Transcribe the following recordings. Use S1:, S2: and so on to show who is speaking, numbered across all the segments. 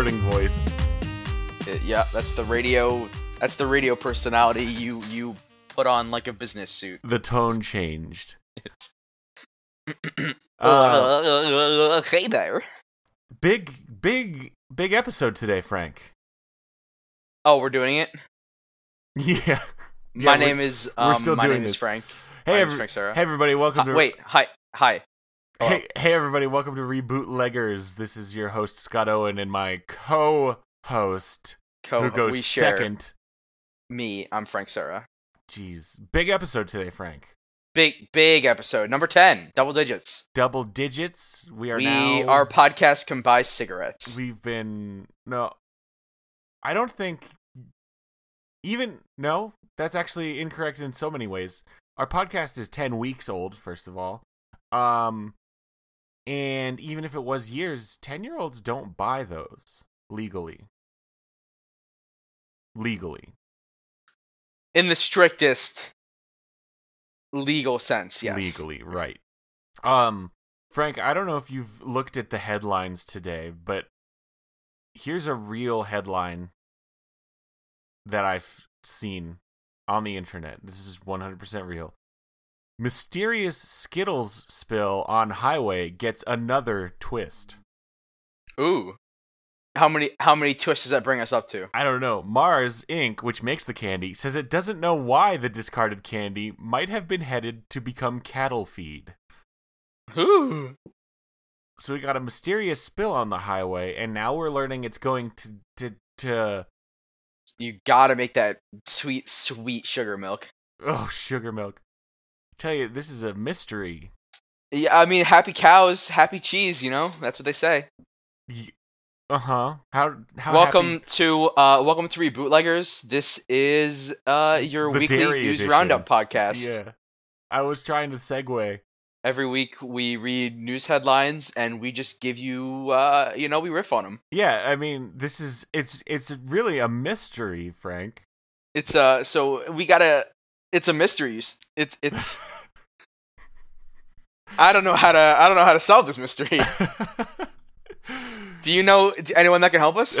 S1: voice.
S2: Uh, yeah, that's the radio. That's the radio personality you you put on like a business suit.
S1: The tone changed. Uh,
S2: Uh, hey there.
S1: big, big, big episode today, Frank.
S2: Oh, we're doing it.
S1: Yeah.
S2: my
S1: we're-
S2: name is.
S1: we're
S2: Um,
S1: still
S2: my
S1: doing
S2: name
S1: this.
S2: is Frank. my
S1: Hey,
S2: name is
S1: every-
S2: Frank Sarah.
S1: hey everybody, welcome
S2: Hi-
S1: to
S2: Uh, wait, oh. hi, hi. hello.
S1: Hey, hey everybody, welcome to Reboot Leggers. This is your host Scott Owen and my co-host
S2: Co-
S1: who goes
S2: Oh, we share
S1: second.
S2: Me, I'm Frank Sarah.
S1: Jeez, big episode today, Frank.
S2: Big big episode number ten, double digits.
S1: Double digits. We are
S2: we
S1: now
S2: our podcast can buy cigarettes.
S1: we've been no i don't think even no that's actually incorrect in so many ways our podcast is 10 weeks old first of all um and even if it was years 10 year olds don't buy those legally legally
S2: in the strictest legal sense, yes.
S1: legally right um frank i don't know if you've looked at the headlines today but here's a real headline that i've seen on the internet this is 100% real mysterious skittles spill on highway gets another twist
S2: Ooh. How many how many twists does that bring us up to?
S1: I don't know. Mars Inc., which makes the candy, says it doesn't know why the discarded candy might have been headed to become cattle feed.
S2: Ooh.
S1: So we got a mysterious spill on the highway, and now we're learning it's going to to to
S2: You gotta make that sweet, sweet sugar milk.
S1: oh sugar milk. Tell you this is a mystery.
S2: Yeah, I mean happy cows, happy cheese, you know? That's what they say.
S1: Uh huh. How how
S2: welcome
S1: happy-
S2: to uh welcome to Rebootleggers. This is uh your
S1: The
S2: weekly
S1: dairy
S2: news
S1: edition.
S2: roundup podcast.
S1: Yeah, I was trying to segue.
S2: Every week we read news headlines and we just give you uh you know, we riff on them.
S1: Yeah, I mean this is it's it's really a mystery, Frank.
S2: It's uh so we gotta it's a mystery. You s- It's it's I don't know how to I don't know how to solve this mystery. Do you know d- anyone that can help us?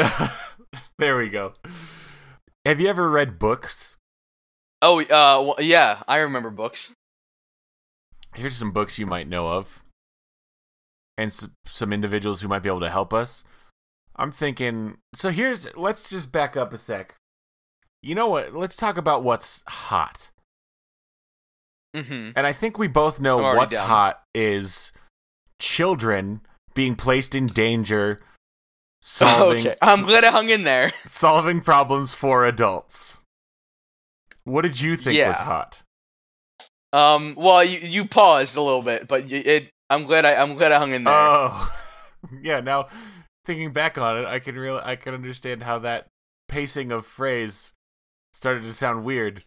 S1: there we go. Have you ever read books?
S2: oh, uh, well, yeah, I remember books.
S1: here's some books you might know of and s- some individuals who might be able to help us i'm thinking so here's let's just back up a sec you know what let's talk about what's hot
S2: Mm-hmm.
S1: and i think we both know
S2: I'm already
S1: what's
S2: down.
S1: hot is children being placed in danger solving
S2: Oh, okay, I'm glad I hung in there.
S1: s- solving problems for adults what did you think was
S2: Yeah.
S1: hot
S2: Um, well, you, you paused a little bit, but y it. I'm glad I I'm glad I hung in there.
S1: Oh, yeah. Now thinking back on it, I can real I can understand how that pacing of phrase started to sound weird.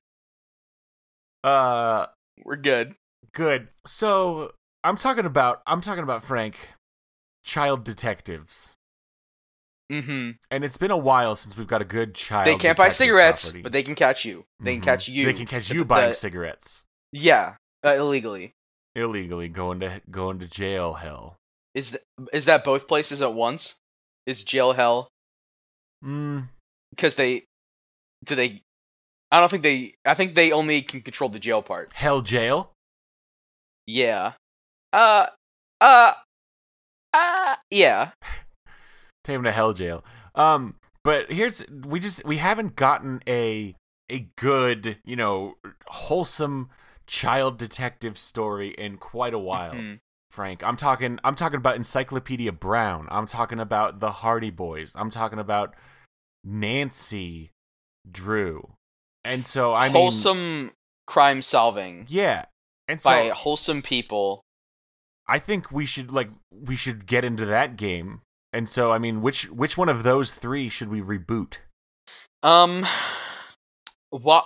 S1: Uh,
S2: We're good.
S1: good. So I'm talking about I'm talking about Frank, child detectives,
S2: Mm-hmm.
S1: and it's been a while since we've got a good child.
S2: They can't buy
S1: detective
S2: cigarettes,
S1: property.
S2: but they can catch you. They
S1: Mhm.
S2: can catch you.
S1: They can catch
S2: But
S1: you
S2: the-
S1: buying
S2: the-
S1: cigarettes
S2: Yeah, uh, illegally.
S1: illegally, going to going to jail hell.
S2: Is th- is that both places at once? Is jail hell
S1: Mm,
S2: because they do they i don't think they i think they only can control the jail part
S1: hell jail.
S2: yeah uh uh uh yeah
S1: take him to hell jail. Um, but here's we just we haven't gotten a a good you know wholesome child detective story in quite a while.
S2: Mhm.
S1: Frank, I'm talking I'm talking about Encyclopedia Brown. I'm talking about the Hardy Boys. I'm talking about Nancy Drew. And so I mean,
S2: wholesome crime solving
S1: yeah. And so
S2: by wholesome people
S1: I think we should like we should get into that game. And so I mean, which which one of those three should we reboot?
S2: um what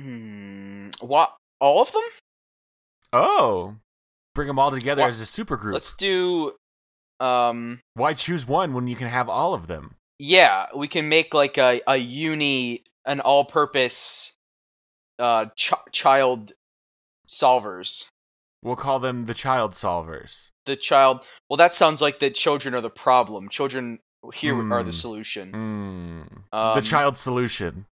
S2: hmm, what all of them
S1: Oh, bring them all together
S2: Wha-
S1: as a supergroup.
S2: let's do um
S1: Why choose one when you can have all of them?
S2: yeah we can make like a, a uni an all-purpose uh ch- child solvers
S1: We'll call them the Child Solvers.
S2: the child well that sounds like the children are the problem children here
S1: Hmm.
S2: are the solution.
S1: Mm.
S2: Um,
S1: the child solution.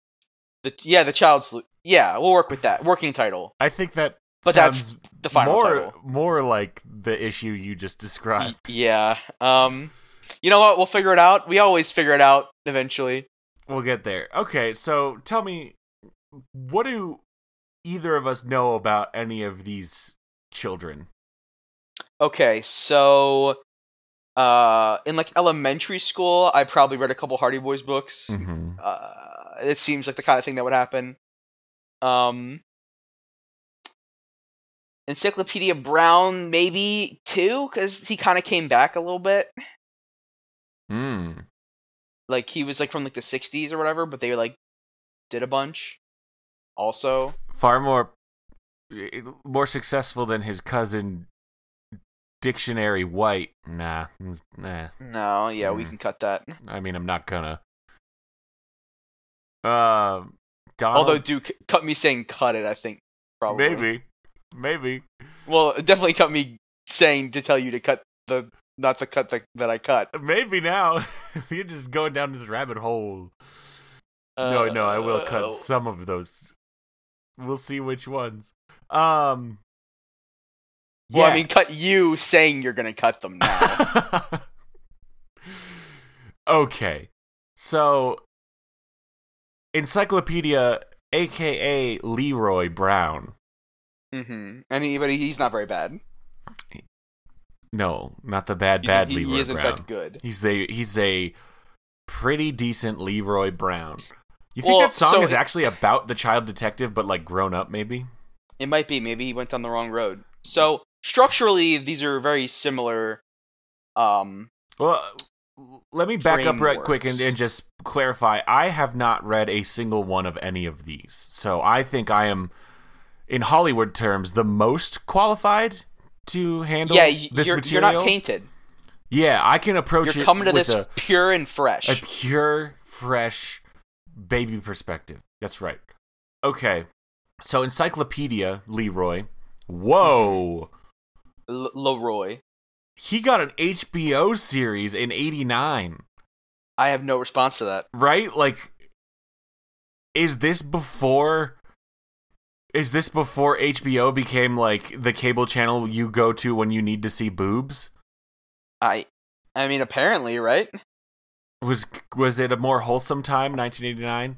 S2: the- yeah, the child solution. Yeah, we'll work with that working title.
S1: I think that
S2: But that's
S1: sounds
S2: The final
S1: more
S2: title. E-
S1: more like the issue you just
S2: Y-
S1: described.
S2: Yeah. Um. You know what? We'll figure it out. We always figure it out eventually.
S1: We'll get there. Okay, so tell me, what do either of us know about any of these children?
S2: Okay, so uh in like elementary school, I probably read a couple Hardy Boys books.
S1: Mm-hmm.
S2: Uh it seems like the kind of thing that would happen. Um Encyclopedia Brown maybe too cuz he kind of came back a little bit. Hmm.
S1: Mm.
S2: Like he was like from like the 60s or whatever, but they like did a bunch also.
S1: Far more eh, more successful than his cousin Dictionary White. Nah, mm, nah.
S2: No, yeah, we
S1: Hmm.
S2: can cut that.
S1: I mean, I'm not gonna. Um, Donald.
S2: Although do c- cut me saying cut it, I think probably.
S1: maybe, maybe.
S2: Well, it definitely cut me saying to tell you to cut the not to cut the, that I cut.
S1: Maybe now you're just going down this rabbit hole. no, no, I will cut
S2: Uh,
S1: some of those. We'll see which ones. Um.
S2: Well, I mean, cut you saying you're gonna cut them now.
S1: yeah. okay, so Encyclopedia, aka Leroy Brown.
S2: mm-hmm. Anybody, he's not very bad.
S1: No, not the bad,
S2: He's-
S1: bad
S2: he,
S1: Leroy
S2: he is in
S1: Brown.
S2: fact good.
S1: He's a he's a pretty decent Leroy Brown. You think
S2: Well,
S1: that song
S2: so
S1: is
S2: it-
S1: actually about the child detective, but like grown up, maybe?
S2: It might be maybe he went down the wrong road. So structurally, these are very similar. Um,
S1: Well, uh, let me back up right quick and,
S2: Frameworks.
S1: and just clarify. I have not read a single one of any of these, so I think I am, in Hollywood terms, the most qualified to handle
S2: yeah, y-
S1: this
S2: you're
S1: material.
S2: you're not tainted.
S1: yeah, I can approach
S2: You're
S1: it
S2: coming to
S1: with
S2: this
S1: a,
S2: pure and fresh.
S1: a pure, fresh baby perspective. That's right. Okay, so Encyclopedia Leroy. Whoa.
S2: Mm-hmm. L- Leroy,
S1: He got an HBO series in 89.
S2: I have no response to that.
S1: right like is this before is this before HBO became like the cable channel you go to when you need to see boobs
S2: I, I mean, apparently, right?
S1: was was it a more wholesome time 1989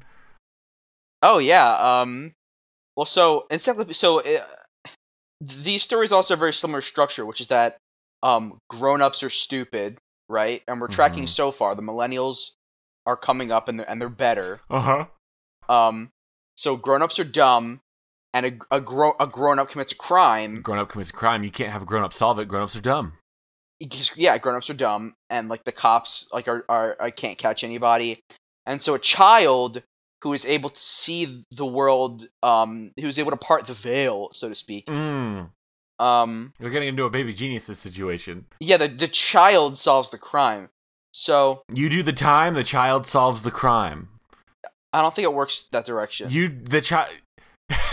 S2: Oh yeah. Um. Well, so encyclopedia. So uh, these stories also have very similar structure, which is that um grown-ups are stupid, right? And we're tracking
S1: Mhm.
S2: so far. The millennials are coming up, and they're, and they're better.
S1: uh-huh
S2: Um. So grown-ups are dumb, and a a grown a grown-up commits a crime.
S1: grown up commits a crime you can't have a grown up solve it grown ups are dumb
S2: because- yeah, grown-ups are dumb, and like the cops like are are I can't catch anybody, and so a child who is able to see the world, um, who's able to part the veil, so to speak,
S1: mm,
S2: um,
S1: you're getting into a baby geniuses situation
S2: yeah, the the child solves the crime. So
S1: you do the time the child solves the crime
S2: I don't think it works that direction.
S1: you the child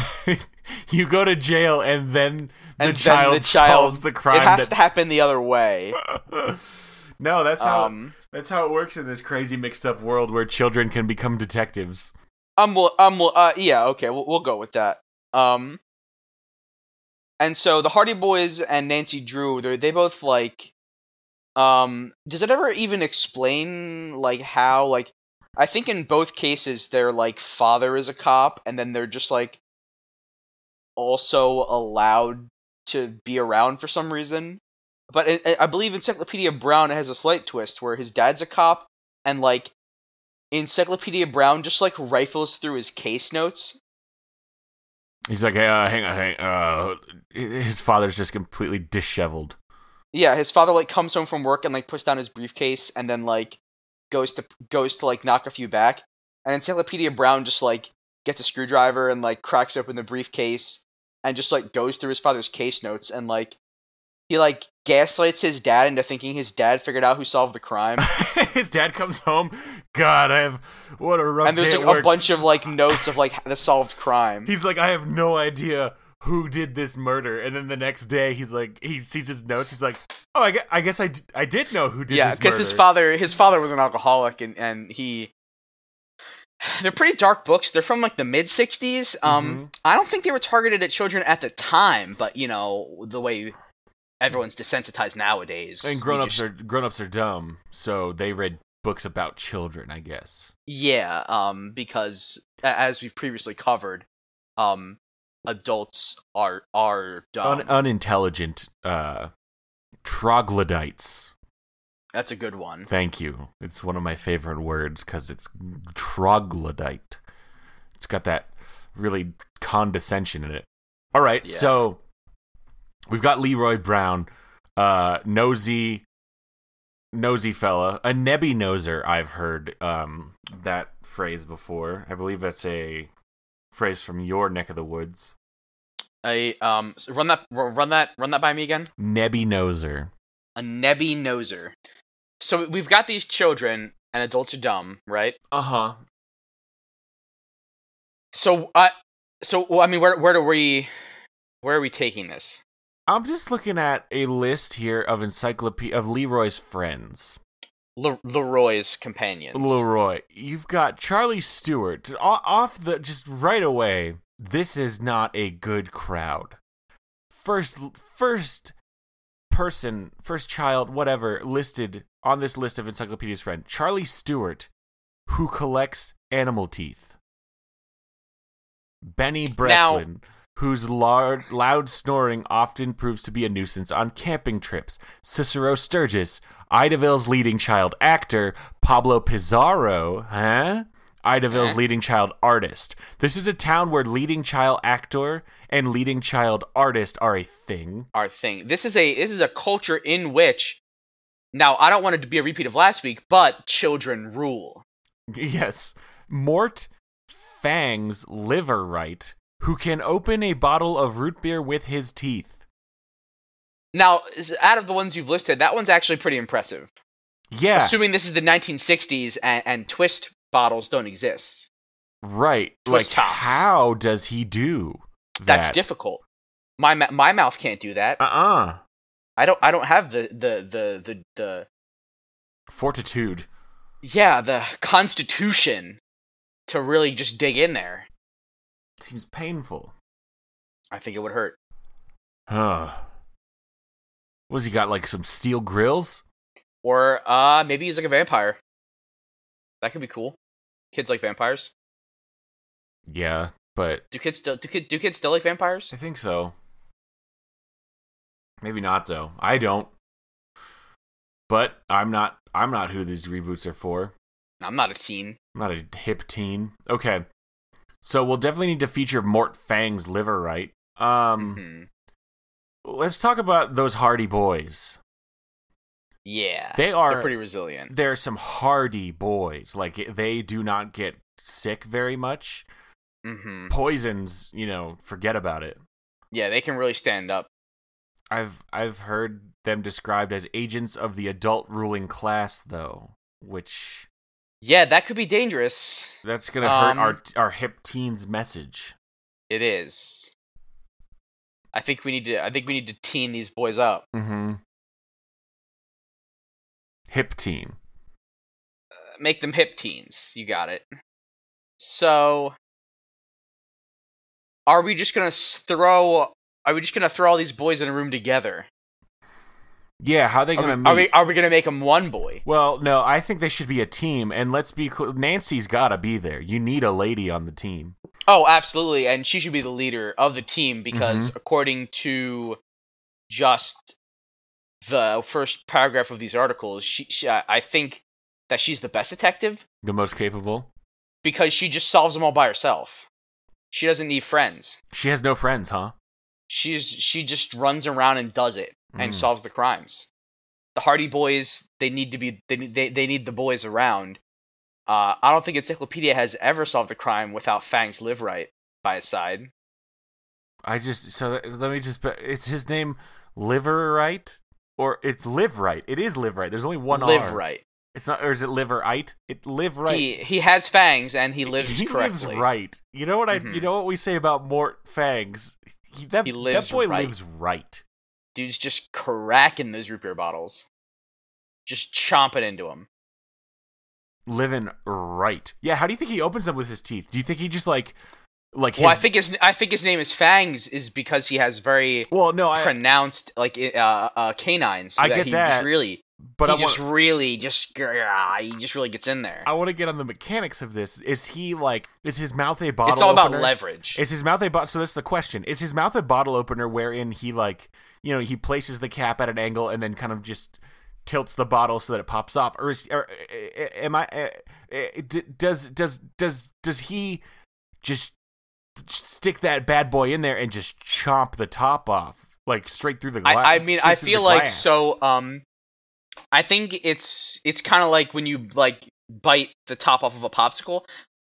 S1: you go to jail and then the,
S2: And then the
S1: child,
S2: child-
S1: solves the crime
S2: it has
S1: that
S2: to happen the other way.
S1: no, that's how
S2: Um,
S1: that's how it works in this crazy mixed up world where children can become detectives.
S2: I'm will I'm will uh yeah okay we'll we'll go with that. Um, and so the Hardy Boys and Nancy Drew they they both like, um, does it ever even explain like how like I think in both cases their like father is a cop and then they're just like also allowed to be around for some reason. But it, I- I believe Encyclopedia Brown has a slight twist where his dad's a cop and like Encyclopedia Brown just like rifles through his case notes.
S1: He's like, hey, uh, hang on, hang. Uh, his father's just completely disheveled.
S2: Yeah, his father like comes home from work and like puts down his briefcase and then like goes to goes to like knock a few back. And Encyclopedia Brown just like gets a screwdriver and like cracks open the briefcase and just like goes through his father's case notes and like he like gaslights his dad into thinking his dad figured out who solved the crime.
S1: his dad comes home. God, I have what a rough
S2: and there's
S1: day
S2: like
S1: at work.
S2: a bunch of like notes of like the solved crime.
S1: He's like, I have no idea who did this murder? And then the next day, he's like, he sees his notes. He's like, oh, I, gu- I guess I, d- I did know who did
S2: yeah,
S1: this
S2: because
S1: murder.
S2: his father his father was an alcoholic, and and he. They're pretty dark books. They're from like the mid '60s. Um,
S1: Mm-hmm.
S2: I don't think they were targeted at children at the time, but you know the way everyone's desensitized nowadays.
S1: Mm-hmm. and
S2: you
S1: grown ups
S2: just-
S1: are grown ups are dumb, so they read books about children, I guess.
S2: Yeah, um, because a- as we've previously covered, um, adults are are dumb.
S1: Un- unintelligent uh, troglodytes.
S2: That's a good one.
S1: Thank you. It's one of my favorite words because it's troglodyte. It's got that really condescension in it. All right,
S2: Yeah.
S1: so we've got Leroy Brown, uh, nosy, nosy fella, a nebby noser. I've heard um, that phrase before. I believe that's a phrase from your neck of the woods.
S2: I um s- run that r- run that run that by me again.
S1: Nebby noser.
S2: A nebby noser. So we've got these children and adults are dumb, right?
S1: Uh huh.
S2: So uh so well, I mean where where do we where are we taking this?
S1: I'm just looking at a list here of encyclopedia of Leroy's friends.
S2: Le- Leroy's companions.
S1: Leroy, you've got Charlie Stewart O- off the just right away. This is not a good crowd. First, first person, first child, whatever listed on this list of encyclopedia's friend Charlie Stewart, who collects animal teeth. Benny Breslin, whose loud, loud snoring often proves to be a nuisance on camping trips. Cicero Sturgis, Idaville's leading child actor. Pablo Pizarro, huh? Idaville's
S2: Huh?
S1: leading child artist. This is a town where leading child actor and leading child artist are a thing.
S2: our thing. This is a this is a culture in which now I don't want it to be a repeat of last week, but children rule.
S1: Yes. Mort Fangs Liverwright, who can open a bottle of root beer with his teeth.
S2: Now, is- out of the ones you've listed, that one's actually pretty impressive.
S1: Yeah.
S2: Assuming this is the 1960s and, and twist bottles don't exist.
S1: right. Like,
S2: Twist tops.
S1: how does he do that?
S2: That's difficult. My ma- my mouth can't do that.
S1: Uh uh
S2: I don't I don't have the the the the, the
S1: Fortitude.
S2: yeah, the constitution to really just dig in there.
S1: Seems painful.
S2: I think it would hurt.
S1: Huh. What's he got? Like some steel grills?
S2: Or uh maybe he's like a vampire. That could be cool. Kids like vampires.
S1: Yeah, but
S2: Do kids still do, kid, do kids still like vampires?
S1: I think so. Maybe not though. I don't. But I'm not I'm not who these reboots are for.
S2: I'm not a teen.
S1: I'm not a hip teen. Okay. So we'll definitely need to feature Mort Fang's liver right. Um
S2: Mhm.
S1: let's talk about those Hardy boys.
S2: Yeah,
S1: They are
S2: they're pretty resilient.
S1: they're some hardy boys. Like they do not get sick very much.
S2: hmm
S1: Poisons, you know, forget about it.
S2: Yeah, they can really stand up.
S1: I've I've heard them described as agents of the adult ruling class, though, which
S2: Yeah, that could be dangerous.
S1: that's gonna hurt
S2: Um,
S1: our our hip teens message.
S2: It is. I think we need to. I think we need to teen these boys up.
S1: Mm-hmm. Hip teen.
S2: Make them hip teens. You got it. So, are we just gonna s- throw? Are we just gonna throw all these boys in a room together?
S1: Yeah, how they
S2: Are we,
S1: gonna
S2: are
S1: meet?
S2: we? Are we gonna make them one boy?
S1: well, no, I think they should be a team, and let's be cl- Nancy's gotta be there. You need a lady on the team.
S2: Oh, absolutely, and she should be the leader of the team because
S1: Mm-hmm.
S2: according to just the first paragraph of these articles, she, she I I think that she's the best detective
S1: The most capable.
S2: because she just solves them all by herself. She doesn't need friends.
S1: She has no friends, huh?
S2: She's she just runs around and does it and
S1: Mm.
S2: solves the crimes. The Hardy Boys, they need to be they need- they they need the boys around. Uh, I don't think Encyclopedia has ever solved a crime without Fangs Live Right by his side.
S1: I just so th- let me just. be- It's his name, Liver Right, or it's Live Right. It is Live Right. There's only one
S2: live
S1: R.
S2: right.
S1: It's not, or is it Liverite? It Live Right.
S2: He he has fangs and he lives
S1: he
S2: correctly.
S1: lives right. You know what I?
S2: Mhm.
S1: You know what we say about Mort Fangs. he, that,
S2: He lives
S1: that boy
S2: right.
S1: lives right.
S2: Dude's just cracking those root beer bottles, just chomping into them.
S1: Living right. Yeah, how do you think he opens them with his teeth? Do you think he just like like
S2: Well, I
S1: his-
S2: think his I think his name is Fangs is because he has very
S1: Well, no, I
S2: pronounced like i- uh, uh, canines. So
S1: I
S2: that
S1: get
S2: he
S1: that,
S2: Just really,
S1: but
S2: he
S1: I want
S2: just really just grrr, he just really gets in there.
S1: I want to get on the mechanics of this. Is he like is his mouth a bottle
S2: It's all about
S1: opener?
S2: leverage.
S1: Is his mouth a bottle? So that's the question. Is his mouth a bottle opener wherein he like you know he places the cap at an angle and then kind of just tilts the bottle so that it pops off, or is or, uh, uh, am I? Uh, uh, d- does does does does he just stick that bad boy in there and just chomp the top off like straight through the glass?
S2: I, I mean, I feel like so. Um, I think it's it's kind of like when you like bite the top off of a popsicle.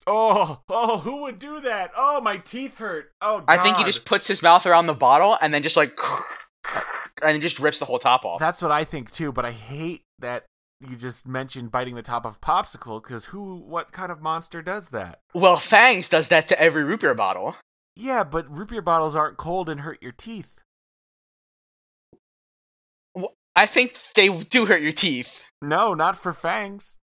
S1: Oh, oh, who would do that? Oh, my teeth hurt. Oh, God.
S2: I think he just puts his mouth around the bottle and then just like and just rips the whole top off.
S1: That's what I think too, but I hate that you just mentioned biting the top of popsicle because who, what kind of monster does that?
S2: well, Fangs does that to every root beer bottle.
S1: Yeah, but root beer bottles aren't cold and hurt your teeth.
S2: I think they do hurt your teeth.
S1: No, not for fangs.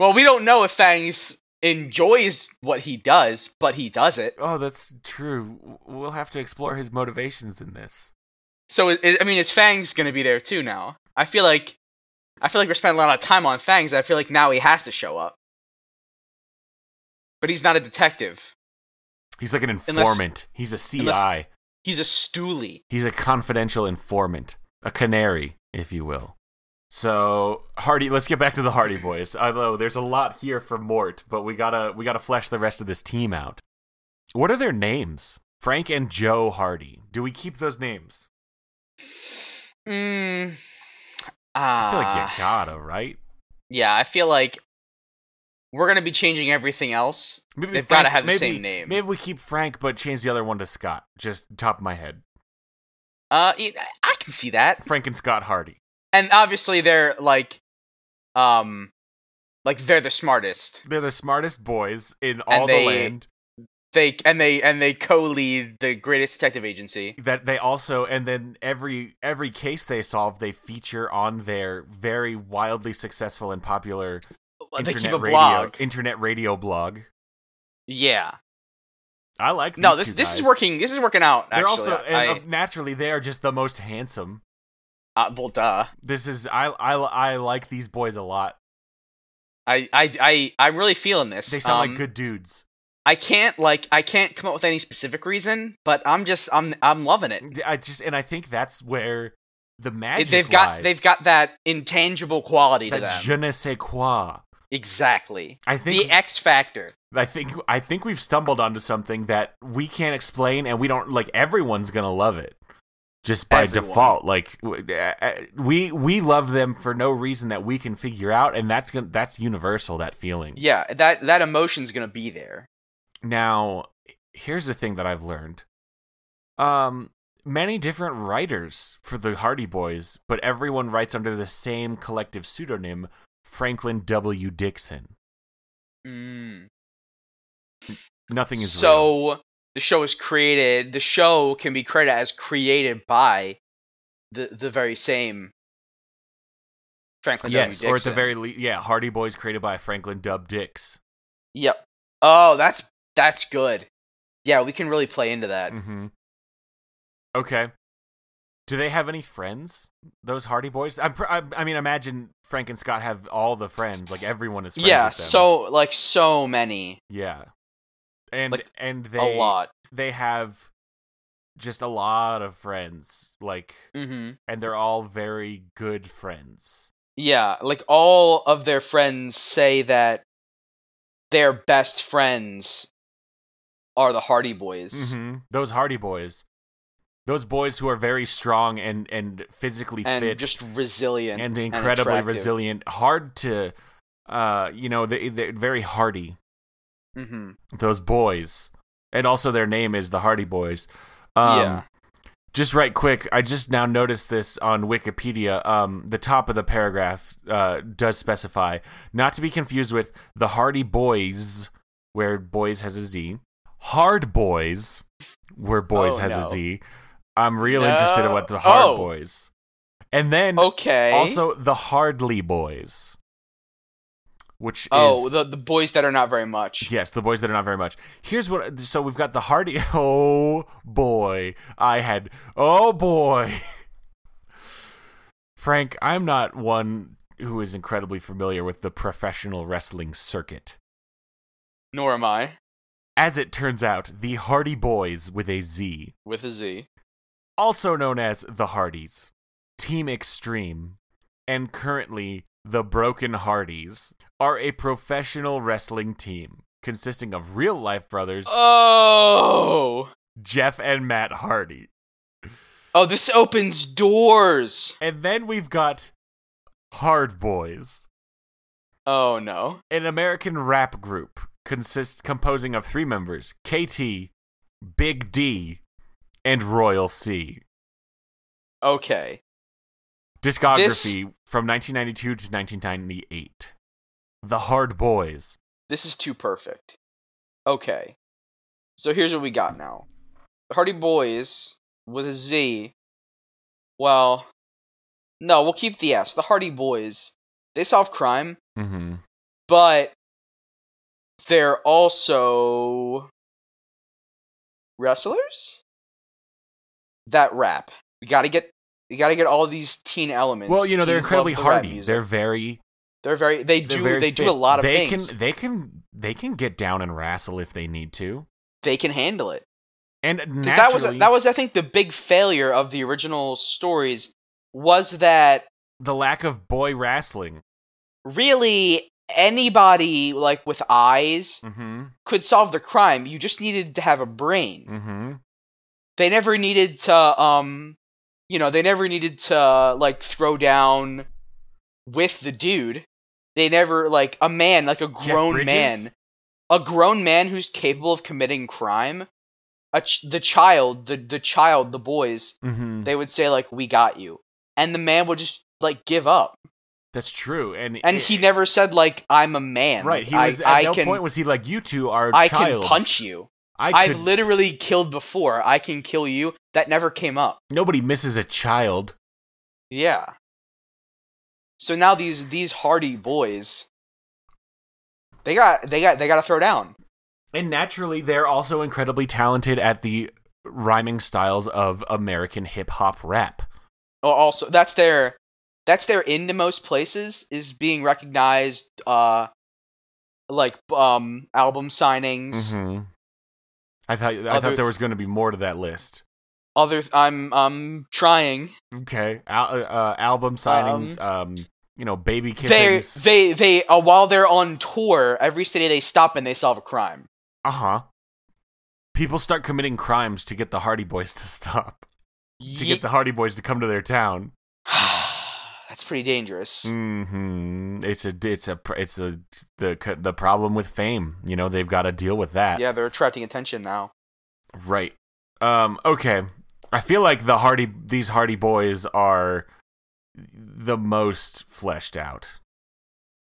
S2: Well, we don't know if Fangs enjoys what he does, but he does it.
S1: Oh, that's true. W- We'll have to explore his motivations in this.
S2: So i- I I mean, is Fangs gonna be there too now? I feel like I feel like we're spending a lot of time on Fangs. I feel like now he has to show up, but he's not a detective.
S1: He's like an
S2: Unless-
S1: informant. He's a CI.
S2: unless- He's a stoolie.
S1: He's a confidential informant, a canary, if you will. So Hardy, let's get back to the Hardy Boys. Although there's a lot here for Mort, but we gotta we gotta flesh the rest of this team out. What are their names? Frank and Joe Hardy. Do we keep those names?
S2: Mm.
S1: I feel like
S2: ah.
S1: you gotta, right?
S2: yeah, I feel like we're gonna be changing everything else.
S1: Maybe
S2: They've gotta have the same name.
S1: Maybe we keep Frank, but change the other one to Scott. Just top of my head,
S2: Uh, y- I can see that.
S1: Frank and Scott Hardy.
S2: and obviously they're like um like they're the smartest
S1: They're the smartest boys in all
S2: they-
S1: the land.
S2: they and they and they co-lead the greatest detective agency
S1: that they also and then every every case they solve they feature on their very wildly successful and popular
S2: they
S1: internet
S2: keep a
S1: radio
S2: blog
S1: internet radio blog
S2: yeah
S1: i like
S2: no
S1: these
S2: this
S1: two
S2: this is
S1: guys.
S2: working this is working out
S1: they're
S2: actually
S1: also
S2: I,
S1: and uh, naturally they are just the most handsome
S2: uh, well duh
S1: this is I, I i like these boys a lot
S2: I, I i i'm really feeling this
S1: they sound
S2: Um,
S1: like good dudes
S2: i can't like i can't come up with any specific reason but i'm just i'm i'm loving it
S1: i just and i think that's where the
S2: It-
S1: magic
S2: they've got
S1: lies.
S2: they've got that intangible quality to
S1: that
S2: them
S1: je ne sais quoi
S2: exactly
S1: i think
S2: the x factor
S1: I think I think we've stumbled onto something that we can't explain, and we don't like. Everyone's gonna love it just by
S2: Everyone.
S1: default. Like w- uh, uh, we we love them for no reason that we can figure out, and that's gonna that's universal. That feeling.
S2: yeah that that emotion's gonna be there
S1: Now, here's the thing that I've learned. Um, many different writers for the Hardy Boys, but everyone writes under the same collective pseudonym, Franklin W. Dixon.
S2: mm.
S1: Nothing is real.
S2: so the show is created the show can be credited as created by the the very same franklin W.
S1: yes, or at the
S2: Dixon.
S1: very least, yeah, Hardy Boys created by Franklin Dub Dix.
S2: yep oh that's that's good yeah we can really play into that
S1: Mm-hmm. Okay. Do they have any friends? Those Hardy Boys? I'm pr- I, I mean, imagine Frank and Scott have all the friends. Like everyone is. Friends
S2: yeah
S1: with them.
S2: so like so many
S1: yeah, and
S2: like,
S1: and they
S2: a lot
S1: they have just a lot of friends. Like,
S2: hmm
S1: and they're all very good friends.
S2: yeah like all of their friends say that their best friends are the hardy boys
S1: Mm-hmm. Those Hardy Boys, those boys who are very strong and and physically
S2: and
S1: fit,
S2: just resilient
S1: and incredibly
S2: attractive.
S1: resilient, hard to, uh, you know, they, they're very hardy.
S2: hmm
S1: Those boys, and also their name is the Hardy Boys. Um,
S2: Yeah.
S1: Just right quick, I just now noticed this on Wikipedia. Um, the top of the paragraph uh, does specify not to be confused with the Hardy Boys, where boys has a Z, hard boys, where boys
S2: Oh,
S1: has
S2: no.
S1: a Z. I'm real interested in what the
S2: No.
S1: hard
S2: Oh.
S1: boys. And then
S2: Okay.
S1: also the Hardly boys, which
S2: oh,
S1: is
S2: the the boys that are not very much.
S1: yes, the boys that are not very much. Here's what. So we've got the Hardy. Oh boy, I had. Oh boy, Frank. I'm not one who is incredibly familiar with the professional wrestling circuit.
S2: Nor am I
S1: As it turns out, the Hardy Boys with a Z
S2: with a Z.
S1: also known as the Hardys, Team Extreme, and currently the Broken Hardys, are a professional wrestling team consisting of real life brothers
S2: Oh.
S1: Jeff and Matt Hardy.
S2: Oh, this opens doors.
S1: And then we've got Hard Boys,
S2: Oh no.
S1: an American rap group consist composing of three members KT, Big D, and Royal C.
S2: Okay.
S1: Discography from 1992 to 1998. The Hard Boys.
S2: This is too perfect. Okay. So here's what we got now. The Hardy Boys with a Z. Well, no, we'll keep the S. The Hardy Boys. They solve crime,
S1: Mm-hmm.
S2: but they're also wrestlers? That rap. We got to get we got to get all these teen elements.
S1: Well, you know they're
S2: Teens love
S1: incredibly
S2: the rap
S1: hardy.
S2: music.
S1: They're very
S2: They're very they
S1: they're
S2: do
S1: very
S2: they do
S1: fit.
S2: a lot of
S1: they
S2: things.
S1: Can, they can they can get down and wrestle if they need to.
S2: They can handle it.
S1: And
S2: 'Cause that was
S1: naturally,
S2: that was I think the big failure of the original stories was that
S1: the lack of boy wrestling.
S2: really anybody like with eyes
S1: Mm-hmm.
S2: could solve the crime. You just needed to have a brain.
S1: Mm-hmm.
S2: They never needed to um you know, they never needed to like throw down with the dude. They never like a man, like a grown
S1: Bridges?
S2: man, a grown man who's capable of committing crime. A ch- the child, the the child, the boys
S1: Mm-hmm.
S2: they would say like we got you and the man would just like give up
S1: That's true. And
S2: and he never said like i'm a man
S1: Eh. right.
S2: Like,
S1: He
S2: I,
S1: was at
S2: I
S1: no
S2: can
S1: point was he like you two are
S2: i
S1: child.
S2: can punch you
S1: I
S2: I
S1: could,
S2: have literally killed before i can kill you that never came up
S1: nobody misses a child.
S2: yeah so now these these hardy boys they got they got they got to throw down
S1: And naturally, they're also incredibly talented at the rhyming styles of American hip hop rap.
S2: Oh, also that's their that's their into most places is being recognized uh like um album signings
S1: Mm-hmm. I thought I
S2: Other-
S1: thought there was going to be more to that list.
S2: other i'm i'm trying
S1: Okay, Al- uh, album signings. Um, you know, baby
S2: they
S1: kissings.
S2: they they uh, while they're on tour every city they stop and they solve a crime
S1: Uh huh. People start committing crimes to get the Hardy Boys to stop. To
S2: Ye-
S1: get the Hardy Boys to come to their town.
S2: that's pretty dangerous
S1: Mm, Mm-hmm. It's a it's a pr- it's a the c- the problem with fame. You know, they've got to deal with that.
S2: yeah they're attracting attention now
S1: Right. Um. Okay. I feel like the Hardy these Hardy Boys are the most fleshed out.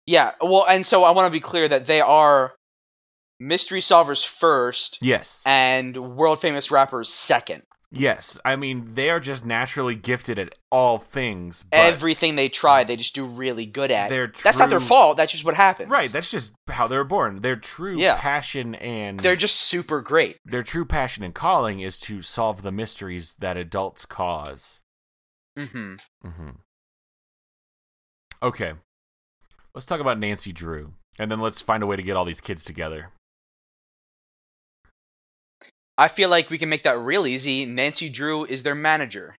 S2: yeah well and so i want to be clear that they are mystery solvers first
S1: Yes.
S2: and world famous rappers second
S1: Yes, I mean they are just naturally gifted at all things. But
S2: everything they try they just do really good at
S1: they're true,
S2: that's not their fault that's just what happens
S1: right? That's just how they're born. Their true
S2: Yeah.
S1: passion and
S2: they're just super great
S1: their true passion and calling is to solve the mysteries that adults cause.
S2: hmm
S1: hmm Okay, let's talk about Nancy Drew, and then let's find a way to get all these kids together.
S2: i feel like we can make that real easy nancy drew is their manager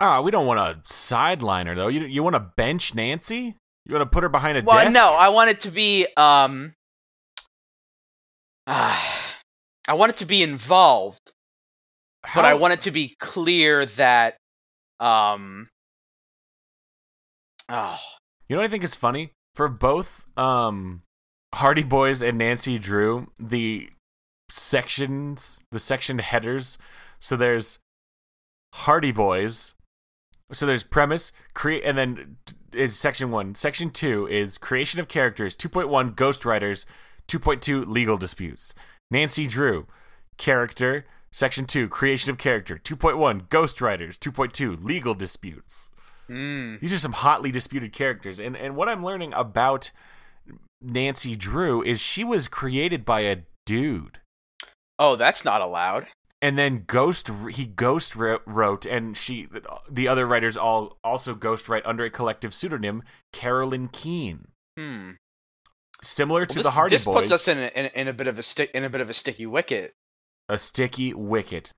S1: Ah, we don't want a sideliner though. You you want to bench Nancy? You want to put her behind a
S2: well,
S1: desk?
S2: no, I want it to be um ah, I want it to be involved, but I
S1: How-
S2: want it to be clear that um oh,
S1: You know what I think is funny? For both um Hardy Boys and Nancy Drew, the sections, the section headers. So there's Hardy Boys. So there's premise, create and then is section 1. Section 2 is creation of characters, 2.1 ghostwriters, 2.2 legal disputes. Nancy Drew, character. Section 2, creation of character. 2.1, ghostwriters. 2.2, legal disputes.
S2: Mm.
S1: These are some hotly disputed characters. And, and what I'm learning about Nancy Drew is she was created by a dude.
S2: Oh, that's not allowed.
S1: and then ghost he ghost wr- wrote and she the other writers all also ghost write under a collective pseudonym carolyn keene
S2: Hmm.
S1: similar to
S2: Well,
S1: the
S2: this,
S1: hardy
S2: this
S1: boys
S2: puts us in a, in, a- in a bit of a stick in a bit of a sticky wicket.
S1: a sticky wicket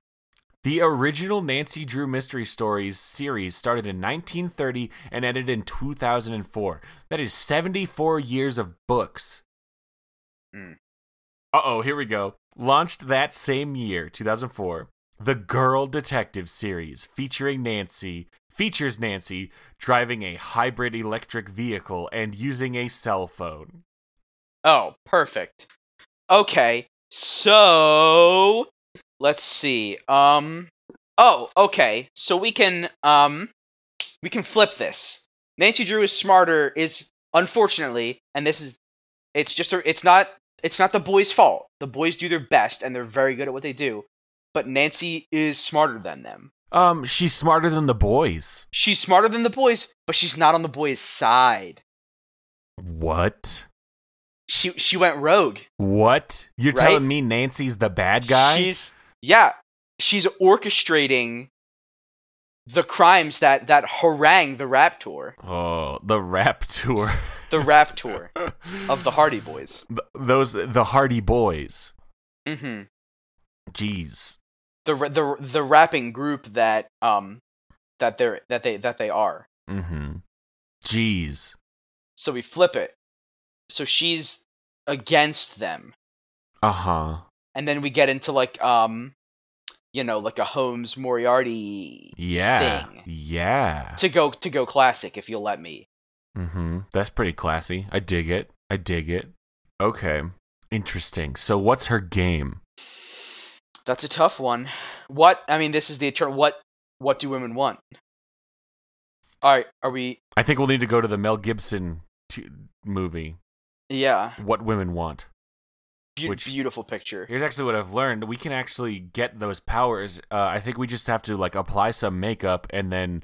S1: the original nancy drew mystery stories series started in 1930 and ended in 2004 that is 74 years of books
S2: Mm.
S1: uh-oh here we go launched that same year 2004 the girl detective series featuring nancy features nancy driving a hybrid electric vehicle and using a cell phone
S2: Oh, perfect. Okay, so let's see. Um. Oh, okay. So we can um, we can flip this. Nancy Drew is smarter. Is unfortunately, and this is, it's just a, it's not it's not the boys' fault. The boys do their best, and they're very good at what they do. But Nancy is smarter than them.
S1: um she's smarter than the boys
S2: She's smarter than the boys, but she's not on the boys' side.
S1: what
S2: She she went rogue.
S1: What? You're
S2: Right?
S1: telling me Nancy's the bad guy?
S2: She's yeah, she's orchestrating the crimes that that harangue the Raptor,
S1: oh, the rap tour.
S2: the Raptor of the Hardy Boys.
S1: Th- Those the Hardy Boys. Mm-hmm.
S2: hmm
S1: Jeez.
S2: The ra- the the rapping group that um that they're that they that they are.
S1: Mhm. Jeez.
S2: So we flip it. So she's against them,
S1: Uh-huh.
S2: and then we get into like um, you know, like a Holmes Moriarty
S1: Yeah.
S2: Thing.
S1: Yeah.
S2: to go to go classic if you'll let me.
S1: Mhm. That's pretty classy. I dig it. I dig it. Okay. Interesting. So what's her game?
S2: That's a tough one. What I mean, this is the eternal. What what do women want? All right, are we?
S1: I think we'll need to go to the Mel Gibson t- movie,
S2: Yeah,
S1: What Women Want.
S2: Beau-
S1: Which-
S2: beautiful picture.
S1: Here's actually what I've learned. We can actually get those powers. Uh, I think we just have to like apply some makeup and then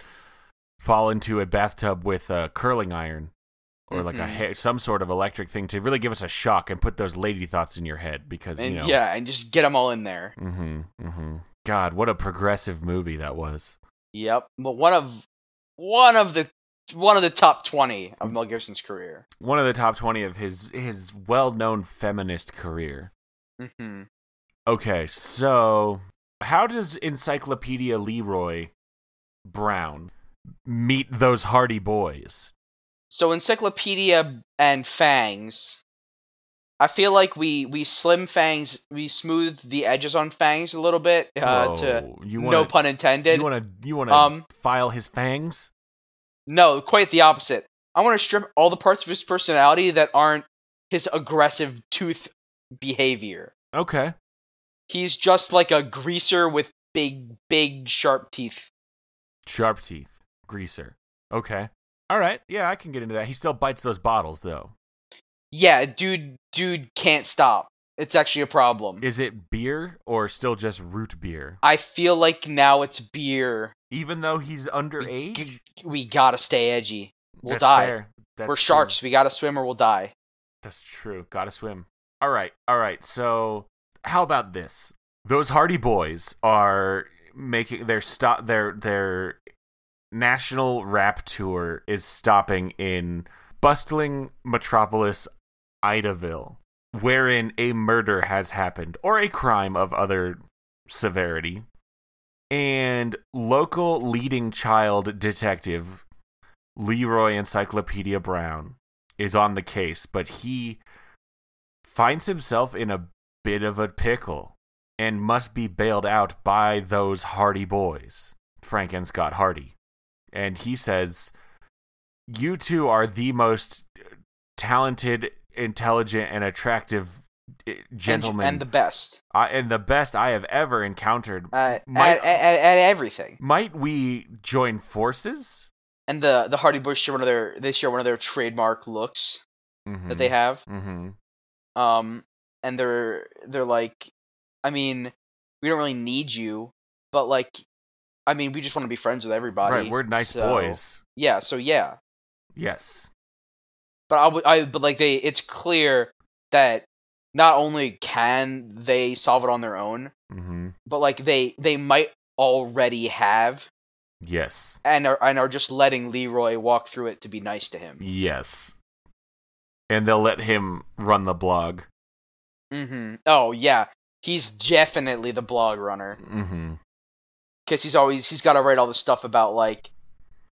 S1: fall into a bathtub with a curling iron or like a
S2: Mhm.
S1: ha- some sort of electric thing to really give us a shock and put those lady thoughts in your head because
S2: And
S1: you know.
S2: yeah, and just get them all in there.
S1: Mhm. Mhm. God, what a progressive movie that was.
S2: Yep. But one of one of the one of the top twenty of Mel Gibson's career.
S1: One of the top 20 of his his well-known feminist career.
S2: hmm
S1: Okay, so how does Encyclopedia Leroy Brown meet those Hardy boys?
S2: So Encyclopedia and Fangs. I feel like we we slim Fangs, we smooth the edges on Fangs a little bit uh, to
S1: Whoa, Oh, you
S2: no
S1: wanna,
S2: pun intended.
S1: You want to you want to
S2: Um,
S1: file his fangs?
S2: No, quite the opposite. I want to strip all the parts of his personality that aren't his aggressive tooth behavior.
S1: Okay.
S2: He's just like a greaser with big, big, sharp teeth.
S1: Sharp teeth, greaser. Okay. All right. Yeah, I can get into that. He still bites those bottles though.
S2: Yeah, dude, dude can't stop. It's actually a problem.
S1: Is it beer or still just root beer?
S2: I feel like now it's beer.
S1: Even though he's underage?
S2: G- we gotta stay edgy. We'll
S1: That's
S2: die.
S1: fair. That's
S2: We're
S1: true.
S2: sharks. We gotta swim or we'll die.
S1: That's true. Got to swim. All right. All right. So, how about this? Those Hardy Boys are making their stop their their national rap tour is stopping in bustling metropolis Idaville, wherein a murder has happened or a crime of other severity. And local leading child detective Leroy Encyclopedia Brown is on the case, but he finds himself in a bit of a pickle and must be bailed out by those Hardy boys, Frank and Scott Hardy. And he says, You two are the most talented, intelligent, and attractive eh,
S2: And-
S1: gentlemen
S2: and, the best
S1: I, and the best I have ever encountered.
S2: uh,
S1: Might-
S2: at, at, at everything.
S1: Might we join forces?
S2: And the the Hardy Boys share one of their they share one of their trademark looks.
S1: Mm-hmm.
S2: that they have.
S1: Mm-hmm.
S2: Um, and they're they're like, I mean, we don't really need you, but like, I mean, we just want to be friends with everybody.
S1: right, we're nice
S2: so-
S1: boys.
S2: Yeah, so yeah,
S1: Yes.
S2: but I, would- I, but like they, it's clear that not only can they solve it on their own,
S1: Mm-hmm.
S2: but like they, they might already have
S1: Yes.
S2: and are and are just letting Leroy walk through it to be nice to him.
S1: Yes. And they'll let him run the blog.
S2: hmm Oh yeah, he's definitely the blog runner
S1: Mm-hmm.
S2: because he's always he's got to write all this stuff about like,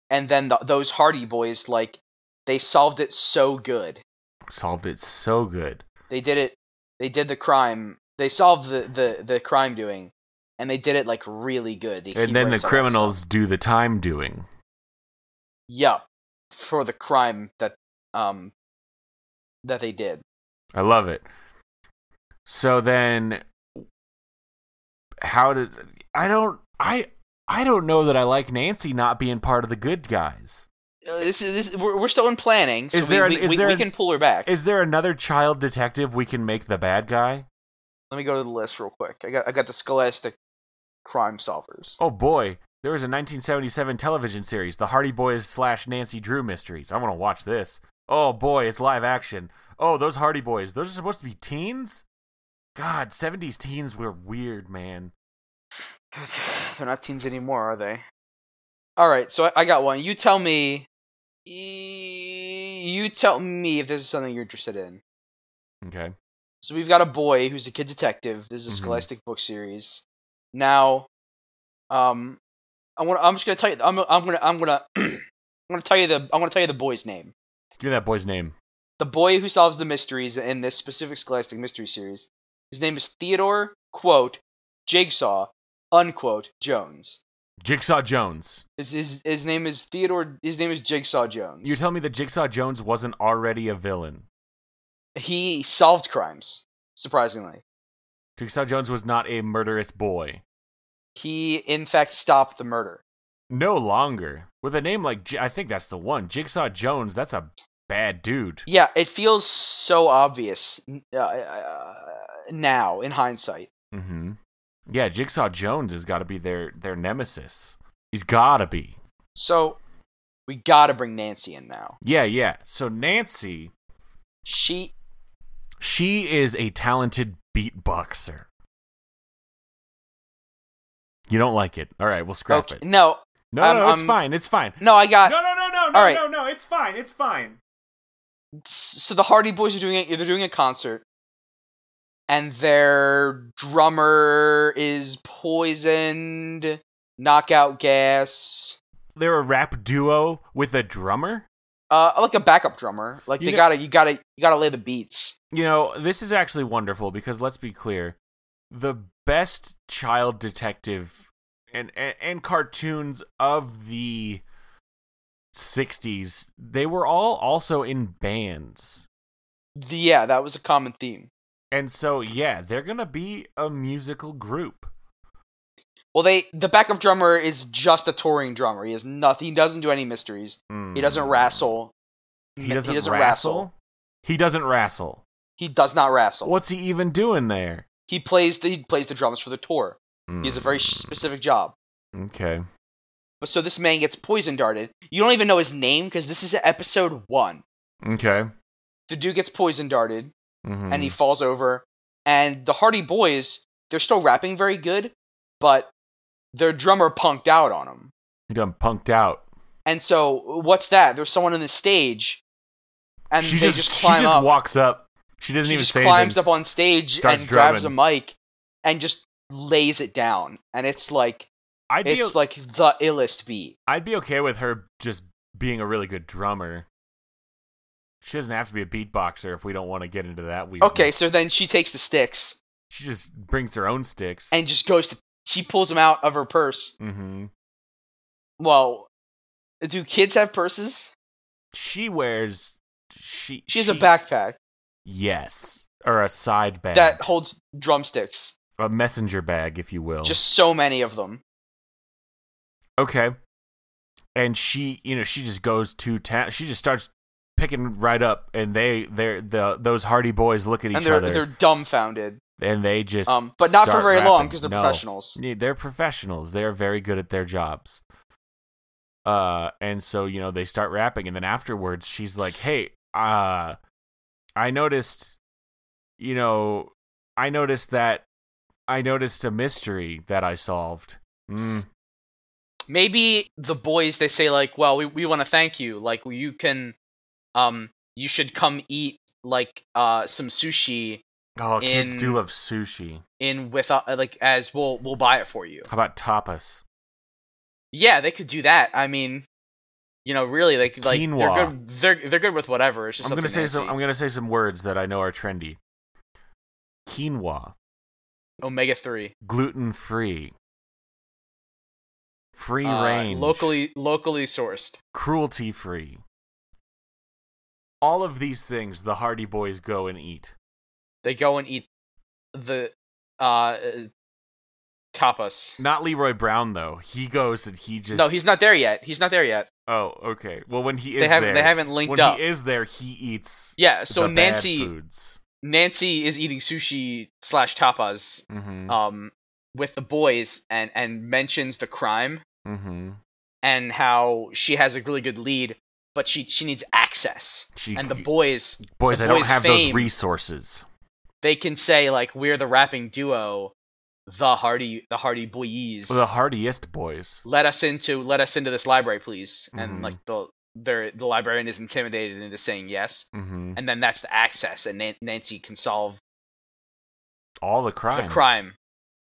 S2: and then the, those Hardy Boys like they solved it so good.
S1: Solved it so good.
S2: They did it. They did the crime. They solved the the the crime doing, and they did it like really good. He- he
S1: and then the
S2: writes all that stuff.
S1: criminals do the time doing.
S2: Yeah, for the crime that um that they did.
S1: I love it. So then how did I don't I I don't know that I like Nancy not being part of the good guys.
S2: Uh, this is this we're, we're still in planning. So
S1: Is
S2: we-
S1: there an-
S2: we,
S1: is
S2: we-
S1: there
S2: we
S1: an-
S2: can pull her back?
S1: Is there another child detective we can make the bad guy?
S2: Let me go to the list real quick. I got I got the Scholastic crime solvers.
S1: Oh boy, there was a 1977 television series, The Hardy Boys slash Nancy Drew Mysteries. I want to watch this. Oh boy, it's live action. Oh, those Hardy Boys, those are supposed to be teens? God, 70s teens were weird, man.
S2: They're not teens anymore, are they? All right, so I, I got one. You tell me. e, You tell me if this is something you're interested in.
S1: Okay.
S2: So we've got a boy who's a kid detective. This is a
S1: Mhm.
S2: Scholastic book series. Now, um, I want. I'm just gonna tell you. I'm. I'm gonna. I'm gonna. I'm gonna tell you the. I'm gonna tell you the boy's name.
S1: Give me that boy's name.
S2: The boy who solves the mysteries in this specific Scholastic mystery series. His name is Theodore, quote, Jigsaw, unquote, Jones. Jigsaw
S1: Jones.
S2: His, his, his name is Theodore, his name is Jigsaw Jones.
S1: You tell me that Jigsaw Jones wasn't already a villain.
S2: he solved crimes, surprisingly.
S1: Jigsaw Jones was not a murderous boy.
S2: He, in fact, stopped the murder.
S1: No longer. With a name like J- I think that's the one. Jigsaw Jones, that's a bad dude.
S2: Yeah, it feels so obvious uh, uh, now, in hindsight.
S1: Mm-hmm. Yeah, Jigsaw Jones has got to be their their nemesis. He's got to be.
S2: So, we gotta bring Nancy in now.
S1: Yeah, yeah. So Nancy,
S2: She,
S1: she is a talented beatboxer. You don't like it. All right, we'll scrap
S2: okay,
S1: it.
S2: no,
S1: No,
S2: I'm-
S1: no, it's
S2: I'm-
S1: fine. It's fine.
S2: no, I got,
S1: no, no, no,
S2: uh, all right.
S1: no. It's fine. It's fine.
S2: so the Hardy Boys are doing it. They're doing a concert, and their drummer is poisoned, knockout gas,
S1: They're a rap duo with a drummer.
S2: uh, like a backup drummer. Like
S1: You
S2: they
S1: know-
S2: gotta, you gotta, you gotta lay the beats.
S1: You know, this is actually wonderful because let's be clear, the best child detective and and, and cartoons of the 60s, they were all also in bands.
S2: The- yeah, that was a common theme.
S1: And so, yeah, they're going to be a musical group.
S2: Well, they the backup drummer is just a touring drummer. He has nothing. He doesn't do any mysteries. He doesn't
S1: Hmm.
S2: wrestle.
S1: He doesn't,
S2: he doesn't
S1: wrestle.
S2: wrestle.
S1: He doesn't wrestle.
S2: He does not wrestle.
S1: What's he even doing there?
S2: He plays the he plays the drums for the tour. He has a very specific job.
S1: Mm, Okay.
S2: But so this man gets poison darted. You don't even know his name because this is episode one.
S1: Okay.
S2: The dude gets poison darted
S1: Mhm.
S2: and he falls over. And the Hardy Boys, they're still rapping very good, but their drummer punked out on him.
S1: he done punked out.
S2: And so what's that? There's someone on the stage, and
S1: she
S2: they
S1: just,
S2: just, climb
S1: she just
S2: up.
S1: walks up. She doesn't
S2: she
S1: even
S2: just
S1: say
S2: climbs
S1: anything.
S2: up on stage
S1: Starts
S2: and grabs a
S1: drumming.
S2: mic and just lays it down. And it's like
S1: I'd be
S2: it's like the illest beat.
S1: I'd be okay with her just being a really good drummer. She doesn't have to be a beatboxer if we don't want to get into that weird.
S2: Okay, so then she takes the sticks
S1: she just brings her own sticks.
S2: and just goes to she pulls them out of her purse.
S1: mm-hmm.
S2: Well, do kids have purses?
S1: she wears she
S2: She has a backpack
S1: Yes, or a side bag,
S2: that holds drumsticks.
S1: a messenger bag, if you will.
S2: Just so many of them.
S1: okay. And she, you know, she just goes to town. She just starts picking right up, and they, they're the those Hardy boys look at each
S2: and they're
S1: other.
S2: they're dumbfounded.
S1: and they just
S2: Um, but not for
S1: start
S2: very long
S1: rapping.
S2: long because they're
S1: No.
S2: professionals.
S1: Yeah, they're professionals. They're very good at their jobs. Uh, and so you know they start rapping, and then afterwards she's like, "Hey, uh, I noticed, you know, I noticed that I noticed a mystery that I solved." Mm,
S2: Maybe the boys they say like, well, we we want to thank you. Like you can, um, you should come eat like uh some sushi
S1: Oh, kids
S2: In-
S1: do love sushi.
S2: in with uh, like as we'll we'll buy it for you.
S1: How about tapas?
S2: Yeah, they could do that. I mean, you know, really, like like they're
S1: Quinoa.
S2: good. They're they're good with whatever. It's just
S1: I'm gonna
S2: up to
S1: say some.
S2: Nancy.
S1: I'm gonna say some words that I know are trendy. Quinoa,
S2: Omega three.
S1: gluten free, free
S2: Uh,
S1: range,
S2: locally locally sourced.
S1: cruelty free. All of these things the Hardy Boys go and eat.
S2: They go and eat the uh tapas.
S1: Not Leroy Brown though. He goes and he just.
S2: No, he's not there yet. He's not there yet.
S1: oh, okay. Well, when he is
S2: They haven't
S1: there,
S2: they haven't linked
S1: when
S2: up.
S1: he is there, he eats.
S2: yeah, so
S1: the bad
S2: Nancy
S1: foods.
S2: Nancy is eating sushi slash tapas
S1: Mm-hmm.
S2: um with the boys and and mentions the crime
S1: mm-hmm.
S2: and how she has a really good lead, but she she needs access.
S1: She,
S2: And the boys
S1: boys,
S2: the
S1: I don't
S2: boys'
S1: have those
S2: fame-
S1: resources.
S2: they can say like we're the rapping duo, the Hardy the Hardy Boys.
S1: The hardiest boys.
S2: let us into let us into this library, please.
S1: Mhm.
S2: And like the their the librarian is intimidated into saying yes,
S1: Mm-hmm.
S2: and then that's the access, and Nan- Nancy can solve
S1: All the crime.
S2: the crime.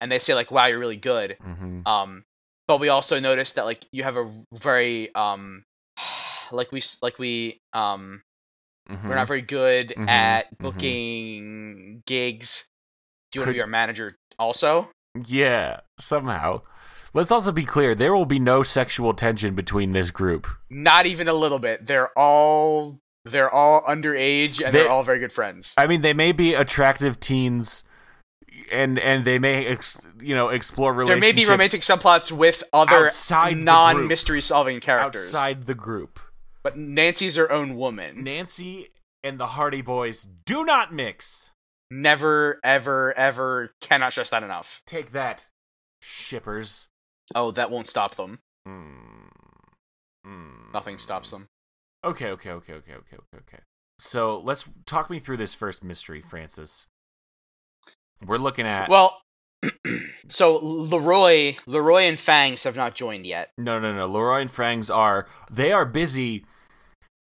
S2: And they say like, wow, you're really good.
S1: Mm-hmm.
S2: Um, but we also notice that like you have a very um, like we s- like we um
S1: Mm-hmm.
S2: we're not very good
S1: Mhm,
S2: at
S1: mhm.
S2: booking gigs. Do you want
S1: Could-
S2: to be our manager also?
S1: yeah, somehow. Let's also be clear: there will be no sexual tension between this group.
S2: Not even a little bit. They're all they're all underage and
S1: They-
S2: they're all very good friends.
S1: I mean, they may be attractive teens, and and they may ex, you know explore
S2: There
S1: relationships
S2: may be romantic subplots with other
S1: Outside the group.
S2: non mystery solving characters.
S1: outside the group.
S2: But Nancy's her own woman.
S1: Nancy and the Hardy Boys do not mix.
S2: Never, ever, ever cannot stress that enough.
S1: Take that, shippers.
S2: Oh, that won't stop them.
S1: Mm. Mm.
S2: Hmm. Nothing stops them.
S1: Okay, okay, okay, okay, okay, okay, okay. So let's talk me through this first mystery, Francis. We're looking at
S2: Well so Leroy Leroy and Fangs have not joined yet.
S1: no, no, no. Leroy and Frangs are they are busy.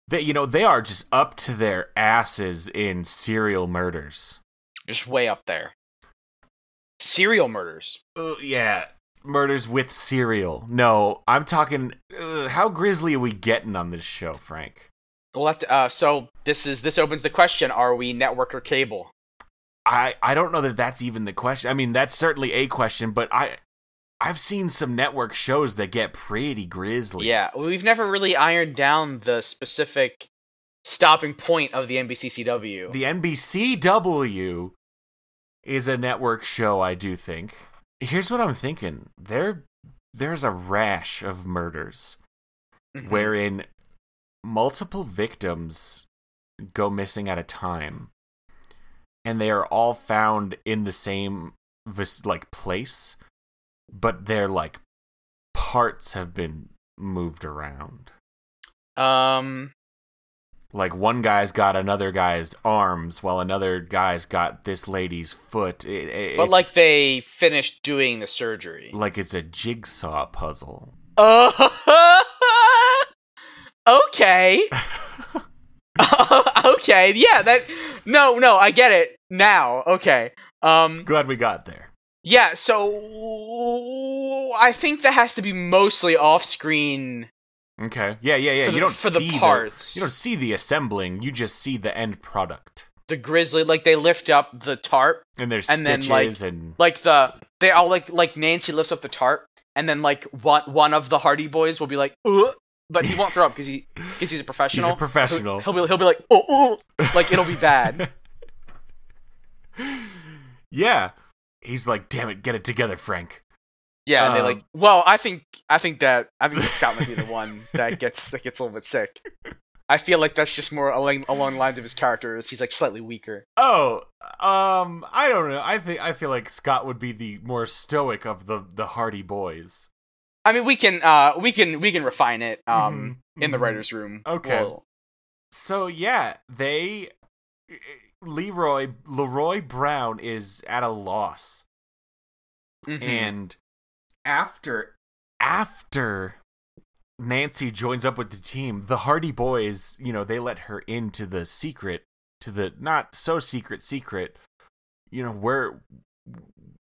S1: They you know they are just up to their asses in serial murders.
S2: just way up there. Serial murders.
S1: Uh, yeah, murders with serial. No, I'm talking. Uh, how grisly are we getting on this show, Frank?
S2: We'll have to, uh, so this is this opens the question: Are we network or cable?
S1: I I don't know that that's even the question. I mean, that's certainly a question, but I I've seen some network shows that get pretty grisly.
S2: Yeah, we've never really ironed down the specific stopping point of the NBCCW.
S1: The NBCW is a network show, I do think. Here's what I'm thinking. There there's a rash of murders
S2: Mhm.
S1: wherein multiple victims go missing at a time and they are all found in the same vis- like place but their like parts have been moved around
S2: um,
S1: like one guy's got another guy's arms while another guy's got this lady's foot It- it-
S2: but
S1: it's
S2: like they finished doing the surgery.
S1: like it's a jigsaw puzzle
S2: Oh, okay, okay, yeah. That no, no, I get it now. Okay. Um,
S1: glad we got there
S2: Yeah, so I think that has to be mostly off screen.
S1: okay yeah yeah yeah
S2: For the-
S1: you don't
S2: for the
S1: see
S2: parts.
S1: you don't see the assembling you just see the end product
S2: The grizzly, like they lift up the tarp,
S1: and there's
S2: And then,
S1: stitches
S2: like-
S1: and
S2: like the they all like like Nancy lifts up the tarp, and then like one one of the Hardy boys will be like, Ugh, but he won't throw up because he because he's a
S1: he's
S2: professional.
S1: a professional
S2: He'll, he'll be he'll be like, oh, ooh," like it'll be bad.
S1: yeah he's like damn it get it together frank
S2: Yeah, and they
S1: Um,
S2: like. Well, I think I think that I think that Scott might be the one that gets that gets a little bit sick. I feel like that's just more along along the lines of his character. Is he's like slightly weaker.
S1: Oh, um, I don't know. I think I feel like Scott would be the more stoic of the the Hardy Boys.
S2: I mean, we can uh we can we can refine it um
S1: Mhm,
S2: in the
S1: mhm.
S2: writers' room.
S1: Okay.
S2: We'll-
S1: So yeah, they eh, Leroy Leroy Brown is at a loss,
S2: mhm.
S1: and after after Nancy joins up with the team, the Hardy Boys, you know, they let her into the secret to the not so secret secret. You know, we're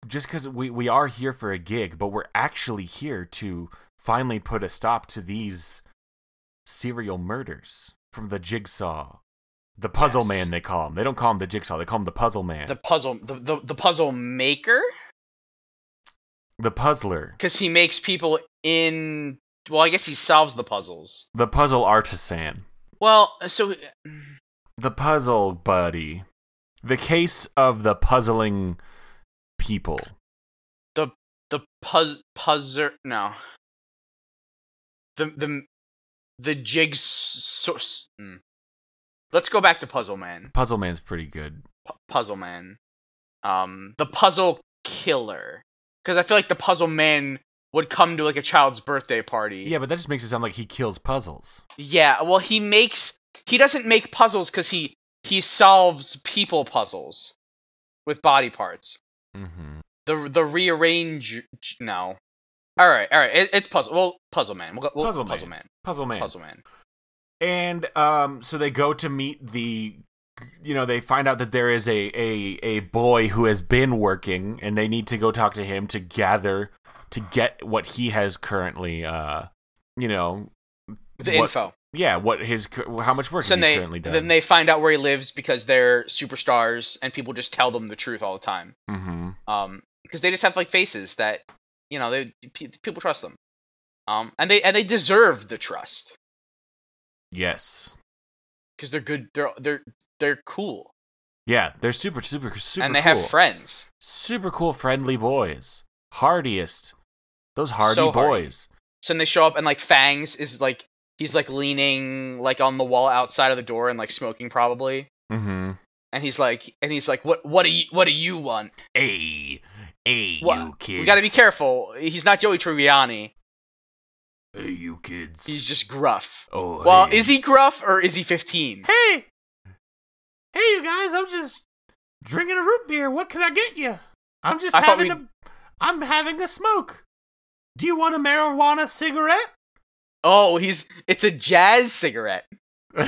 S1: just because we we are here for a gig, but we're actually here to finally put a stop to these serial murders from the Jigsaw, the Puzzle
S2: Yes.
S1: Man. They call him. They don't call him the Jigsaw. They call him the Puzzle Man,
S2: the
S1: the,
S2: puzzle the, the, the puzzle maker
S1: Puzzler,
S2: because he makes people in. Well, I guess he solves the puzzles.
S1: the Puzzle Artisan.
S2: Well, so
S1: The puzzle buddy. The case of the puzzling people.
S2: the puzz puzzer no. The the the jig source. hmm. Let's go back to Puzzle Man.
S1: Puzzle Man's pretty good.
S2: Pu- puzzle Man. Um, the Puzzle Killer. Because I feel like the Puzzle Man would come to like a child's birthday party.
S1: Yeah, but that just makes it sound like he kills puzzles.
S2: Yeah. Well, he makes he doesn't make puzzles because he he solves people puzzles with body parts.
S1: Mm-hmm.
S2: the the rearrange no all right all right it, it's puzzle well puzzle man we'll, go- we'll
S1: Puzzle
S2: puzzle,
S1: Man.
S2: man.
S1: Puzzle Man.
S2: puzzle man
S1: And um, so they go to meet the, you know, they find out that there is a a a boy who has been working, and they need to go talk to him to gather to get what he has currently, uh, you know,
S2: the
S1: what-
S2: info
S1: Yeah, what his cur- how much work
S2: so
S1: has
S2: then
S1: he
S2: they
S1: currently done?
S2: then they find out where he lives because they're superstars and people just tell them the truth all the time
S1: mm-hmm.
S2: um because they just have like faces that you know they pe- people trust them um and they and they deserve the trust
S1: Yes.
S2: because they're good they're they're they're cool
S1: Yeah, they're super, super, super.
S2: and they
S1: cool.
S2: have friends
S1: super cool friendly boys hardiest those hardy
S2: So hardy.
S1: boys
S2: So then they show up and like Fangs is like he's like leaning like on the wall outside of the door and like smoking probably.
S1: mm-hmm
S2: And he's like and he's like what what do you what do you want?
S1: hey hey
S2: What-
S1: you kids
S2: We got to be careful. He's not Joey Tribbiani.
S1: hey you kids
S2: He's just gruff.
S1: oh
S2: Well,
S1: hey.
S2: is he gruff or is he 15?
S1: hey hey you guys i'm just drinking a root beer what can i get you i'm just
S2: I thought
S1: having a i'm having a smoke do you want a marijuana cigarette
S2: Oh, he's it's a jazz cigarette.
S1: hey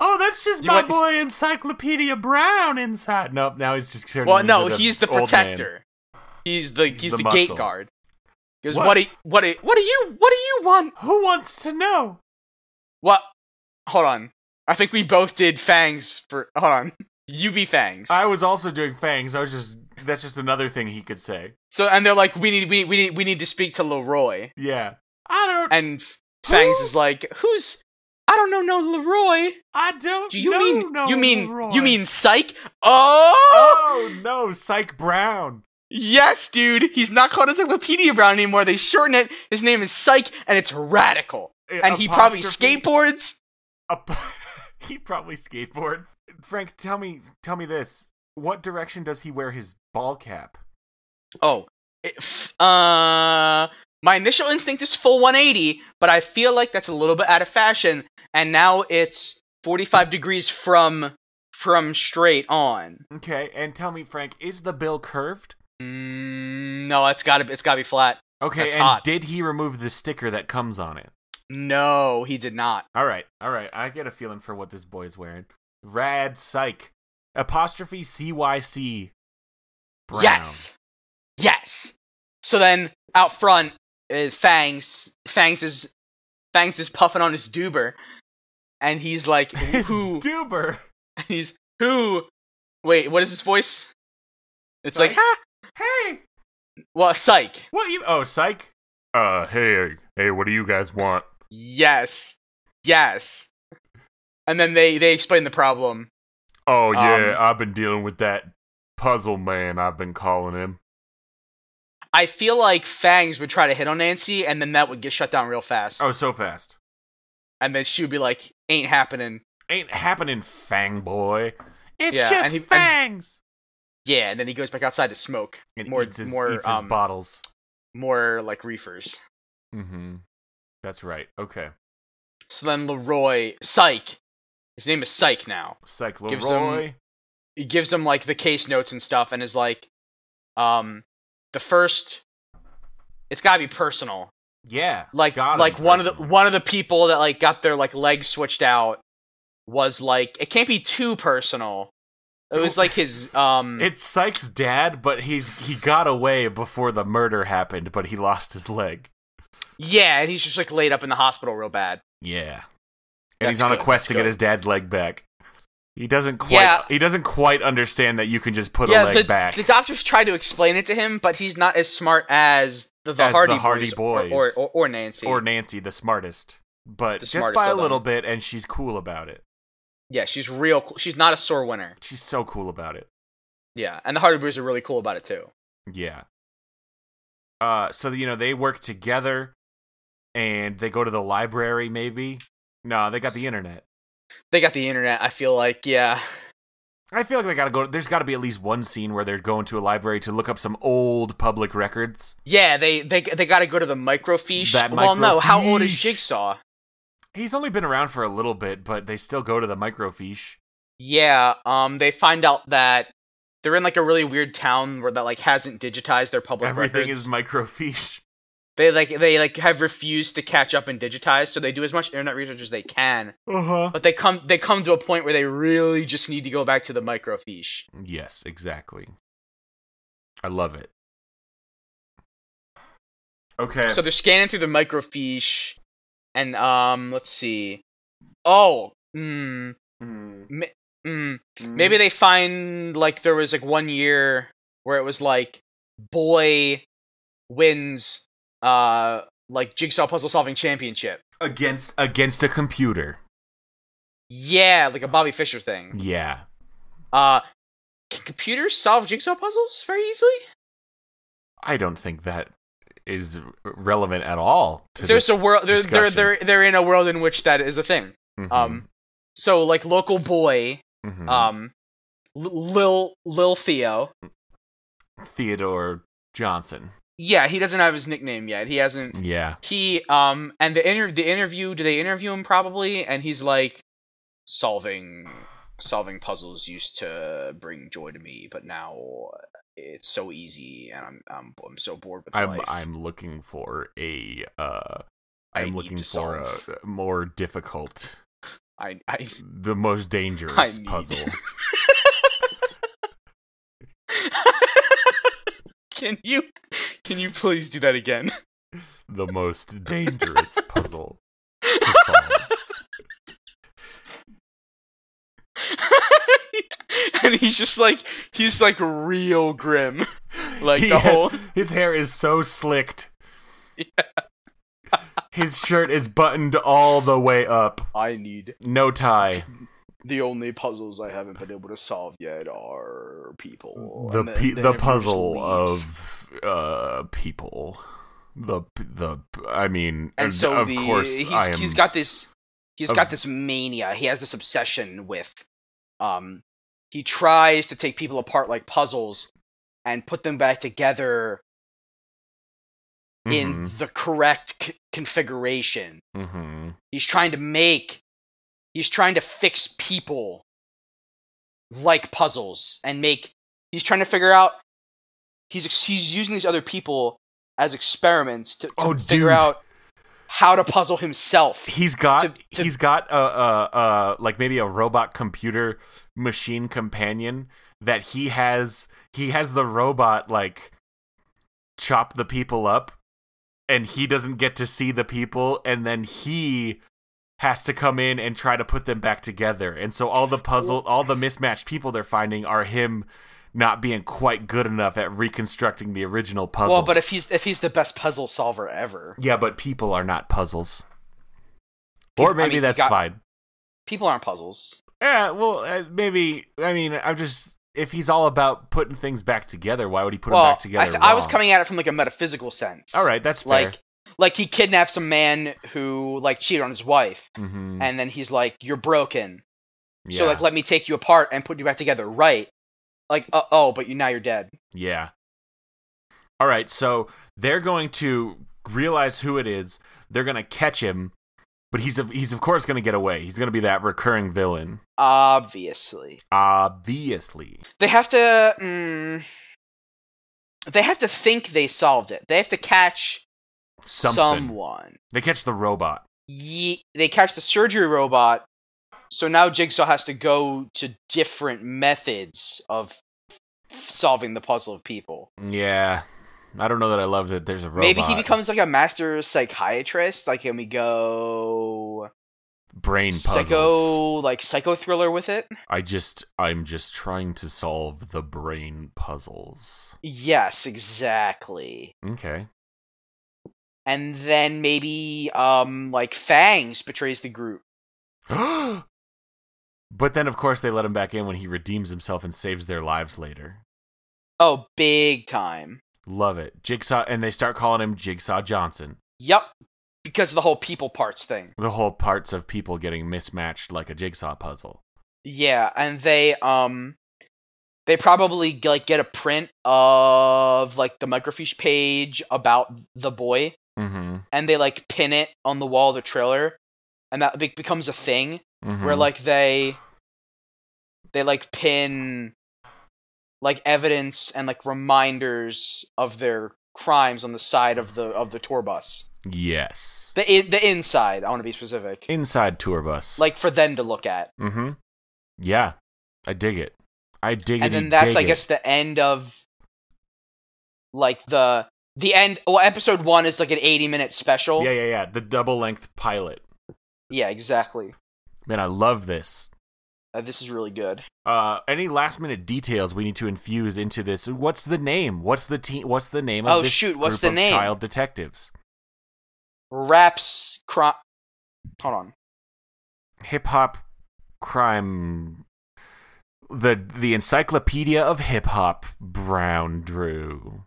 S1: Oh, that's just
S2: You
S1: my
S2: want-
S1: boy Encyclopedia Brown inside. Nope, now he's just turning
S2: Well,
S1: into
S2: no, he's the
S1: old man.
S2: protector. He's the he's,
S1: the
S2: the, gate
S1: muscle.
S2: guard. Because
S1: What?
S2: what do, what do, what do you what do you want?
S1: Who wants to know?
S2: What? Hold on. I think we both did fangs for. Hold on. You be fangs.
S1: I was also doing fangs. I was just that's just another thing he could say.
S2: so and they're like, we need, we we need, we need to speak to Leroy.
S1: Yeah. I don't
S2: And F- fangs
S1: Who?
S2: is like, who's? I don't know, no Leroy.
S1: I don't
S2: Do you
S1: know,
S2: mean
S1: no,
S2: you mean
S1: Leroy.
S2: you mean Psych? Oh,
S1: Oh no, Psych Brown.
S2: yes, dude. He's not called Encyclopedia Brown anymore. They shorten it. His name is Psych, and it's radical. And he probably skateboards.
S1: skateboards. he probably skateboards. Frank, tell me tell me this. What direction does he wear his ball cap?
S2: Oh, it, f- uh, my initial instinct is full 180, but I feel like that's a little bit out of fashion, and now it's 45 degrees from from straight on.
S1: Okay, and tell me, Frank, is the bill curved?
S2: Mm, no, it's gotta be, it's gotta be flat.
S1: Okay,
S2: That's
S1: and
S2: hot.
S1: did he remove the sticker that comes on it?
S2: No, he did not.
S1: All right, all right. I get a feeling for what this boy's wearing. Rad psych. Apostrophe CYC. Brown.
S2: Yes, yes. So then out front is Fangs. Fangs is Fangs is puffing on his duber, and he's like,
S1: It's
S2: who?
S1: Duber.
S2: he's who? Wait, what is his voice? It's like,
S1: Psych?
S2: ha!
S1: Hey,
S2: Well, psych.
S1: what you? Oh, psych. Uh, hey, hey, what do you guys want?
S2: Yes. Yes. And then they they explain the problem.
S1: Oh
S2: yeah, Um,
S1: I've been dealing with that puzzle man. I've been calling him.
S2: I feel like Fangs would try to hit on Nancy, and then that would get shut down real fast.
S1: Oh, so fast.
S2: And then she would be like, "Ain't happening."
S1: Ain't happening, Fang Boy. It's
S2: Yeah,
S1: just
S2: and he- and-
S1: fangs.
S2: Yeah, and then he goes back outside to smoke
S1: And,
S2: more,
S1: eats his,
S2: more,
S1: eats his
S2: um,
S1: bottles.
S2: more like reefers.
S1: Mm-hmm. That's right. Okay.
S2: So then Leroy, Psych, his name is Psych now.
S1: Psych
S2: Gives
S1: Leroy.
S2: he gives him like the case notes and stuff and is like um the first it's got to be personal
S1: yeah.
S2: like
S1: Gotta be
S2: like one of the
S1: personal.
S2: one of the people that like got their like legs switched out was like it can't be too personal it was like his um
S1: It's Psych's dad, but he's he got away before the murder happened, but he lost his leg.
S2: yeah and he's just like laid up in the hospital real bad
S1: Yeah. And
S2: That's
S1: he's on
S2: good,
S1: a quest
S2: that's
S1: to get
S2: good.
S1: his dad's leg back. He doesn't quite
S2: Yeah.
S1: he doesn't quite understand that you can just put a
S2: yeah
S1: leg
S2: the,
S1: back.
S2: the doctors tried to explain it to him but he's not as smart as the, the,
S1: As the
S2: hardy,
S1: Hardy
S2: boys, Or,
S1: Boys.
S2: or, or, or nancy
S1: or Nancy, the smartest. But
S2: The
S1: just
S2: smartest
S1: by a
S2: of them.
S1: little bit and she's cool about it.
S2: yeah she's real cool she's not a sore winner
S1: She's so cool about it.
S2: yeah and the hardy boys are really cool about it too
S1: Yeah. Uh so you know they work together and they go to the library maybe. No, they got the internet.
S2: they got the internet. I feel like, yeah,
S1: I feel like they gotta go. There's gotta be at least one scene where they're going to a library to look up some old public records.
S2: yeah. They they they got to go to the microfiche.
S1: That
S2: well, no. How old is
S1: microfiche.
S2: Jigsaw?
S1: He's only been around for a little bit, but they still go to the microfiche.
S2: Yeah. Um. They find out that they're in like a really weird town where that like hasn't digitized their public
S1: Everything
S2: records.
S1: is microfiche.
S2: they like they like have refused to catch up and digitize, so they do as much internet research as they can.
S1: Uh huh.
S2: But they come they come to a point where they really just need to go back to the microfiche.
S1: Yes, exactly. I love it. Okay.
S2: So they're scanning through the microfiche, and um, let's see. Oh. Hmm. Hmm. Maybe they find like there was like one year where it was like boy wins uh like jigsaw puzzle solving championship.
S1: against against a computer.
S2: Yeah, like a Bobby Fischer thing.
S1: Yeah.
S2: Uh can computers solve jigsaw puzzles very easily?
S1: I don't think that is relevant at all to
S2: There's
S1: this.
S2: a world they're, they're
S1: discussion.
S2: they're they're in a world in which that is a thing.
S1: Mhm,
S2: Um so like local boy
S1: mhm.
S2: um L- Lil Lil Theo.
S1: Theodore Johnson.
S2: Yeah, he doesn't have his nickname yet. He hasn't
S1: Yeah.
S2: he um and the inter the interview do they interview him probably and he's like solving solving puzzles used to bring joy to me but now it's so easy and i'm i'm, I'm so bored with
S1: I'm
S2: life
S1: I'm looking for a uh
S2: I
S1: I'm
S2: need
S1: looking
S2: to
S1: for
S2: solve.
S1: a more difficult,
S2: I, I
S1: the most
S2: I
S1: dangerous
S2: need-
S1: puzzle.
S2: can you can you please do that again
S1: the most dangerous puzzle to solve.
S2: and he's just like he's like real grim like
S1: He
S2: the
S1: has-
S2: whole
S1: his hair is so slicked. his shirt is buttoned all the way up.
S2: i need
S1: No tie.
S2: the only puzzles I haven't been able to solve yet are people.
S1: The
S2: Oh, And then-
S1: pe-
S2: then
S1: the
S2: it just
S1: puzzle
S2: leaves.
S1: of uh people. The the I mean
S2: And so
S1: er, of
S2: the,
S1: course
S2: he's,
S1: I am
S2: he's got this. He's
S1: of-
S2: got this mania. He has this obsession with. Um, he tries to take people apart like puzzles, and put them back together in
S1: Mm-hmm.
S2: the correct c- configuration.
S1: Mhm, mhm.
S2: He's trying to make. He's trying to fix people like puzzles and make. He's trying to figure out. He's ex- he's using these other people as experiments to, to
S1: Oh,
S2: figure
S1: dude.
S2: out how to puzzle himself.
S1: he's got
S2: To- to-
S1: he's got a, a, a like maybe a robot computer machine companion that he has he has the robot like chop the people up and he doesn't get to see the people and then he has to come in and try to put them back together and so all the puzzle all the mismatched people they're finding are him not being quite good enough at reconstructing the original puzzle
S2: Well, but if he's if he's the best puzzle solver ever,
S1: yeah but people are not puzzles or
S2: I
S1: maybe
S2: mean, you
S1: that's
S2: got-
S1: fine
S2: people aren't puzzles.
S1: Yeah, well, uh, maybe. I mean, I'm just. if he's all about putting things back together, why would he put
S2: well,
S1: them back together?
S2: I, th- I was
S1: wrong?
S2: coming at it from like a metaphysical sense.
S1: All right, that's fair.
S2: Like, like he kidnaps a man who like cheated on his wife,
S1: mm-hmm.
S2: and then he's like, "You're broken,
S1: yeah.
S2: so like let me take you apart and put you back together." Right? Like, uh, oh, but you now you're dead.
S1: yeah. All right, so they're going to realize who it is. They're going to catch him, but he's of he's of course going to get away. He's going to be that recurring villain,
S2: Obviously,
S1: obviously.
S2: they have to. Mm, they have to think they solved it. They have to catch
S1: Something.
S2: someone.
S1: They catch the robot.
S2: Ye- they catch the surgery robot. So now Jigsaw has to go to different methods of solving the puzzle of people.
S1: Yeah. I don't know that I love that there's a robot.
S2: Maybe he becomes like a master psychiatrist. Like, can we go
S1: brain puzzles.
S2: psycho, like psycho thriller with it?
S1: I just I'm just trying to solve the brain puzzles.
S2: Yes, exactly.
S1: Okay.
S2: And then maybe, um, like Fangs betrays the group.
S1: but then of course they let him back in when he redeems himself and saves their lives later.
S2: Oh, big time.
S1: Love it. Jigsaw and they start calling him Jigsaw Johnson.
S2: Yep, because of the whole people parts thing.
S1: The whole parts of people getting mismatched like a jigsaw puzzle.
S2: Yeah, and they um they probably g- like get a print of like the microfiche page about the boy
S1: Mhm.
S2: and they like pin it on the wall of the trailer and that be- becomes a thing
S1: Mhm.
S2: where like they they like pin like evidence and like reminders of their crimes on the side of the of the tour bus.
S1: Yes.
S2: The in- the inside, I want to be specific.
S1: Inside tour bus.
S2: like for them to look at.
S1: Mhm. Yeah. I dig it. I dig it.
S2: and then that's
S1: dig
S2: I
S1: it.
S2: guess the end of like the the end. Well, episode one is like an eighty minute special.
S1: Yeah, yeah, yeah. The double length pilot.
S2: Yeah, exactly.
S1: Man, I love this.
S2: Uh, this is really good.
S1: Uh, any last minute details we need to infuse into this? What's the name? What's the team? What's the name of
S2: Oh,
S1: this
S2: shoot, what's
S1: group
S2: the
S1: of
S2: name?
S1: Child detectives,
S2: Raps cro- Hold on.
S1: hip hop, crime, the the encyclopedia of hip hop. Brown Drew,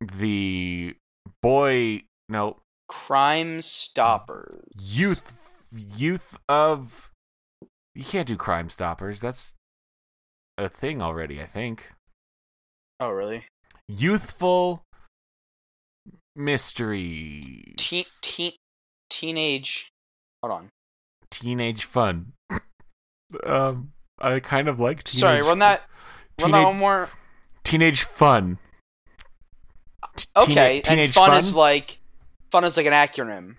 S1: the boy, no
S2: Crime Stoppers.
S1: youth, youth of. You can't do Crime Stoppers. That's a thing already, I think.
S2: Oh, really?
S1: youthful mystery
S2: Teen teen teenage. Hold on.
S1: teenage fun um i kind of like teenage
S2: Sorry, run that. Run that
S1: teenage-
S2: one more.
S1: teenage fun T-
S2: Okay,
S1: teena-
S2: and fun, is like fun is like an acronym.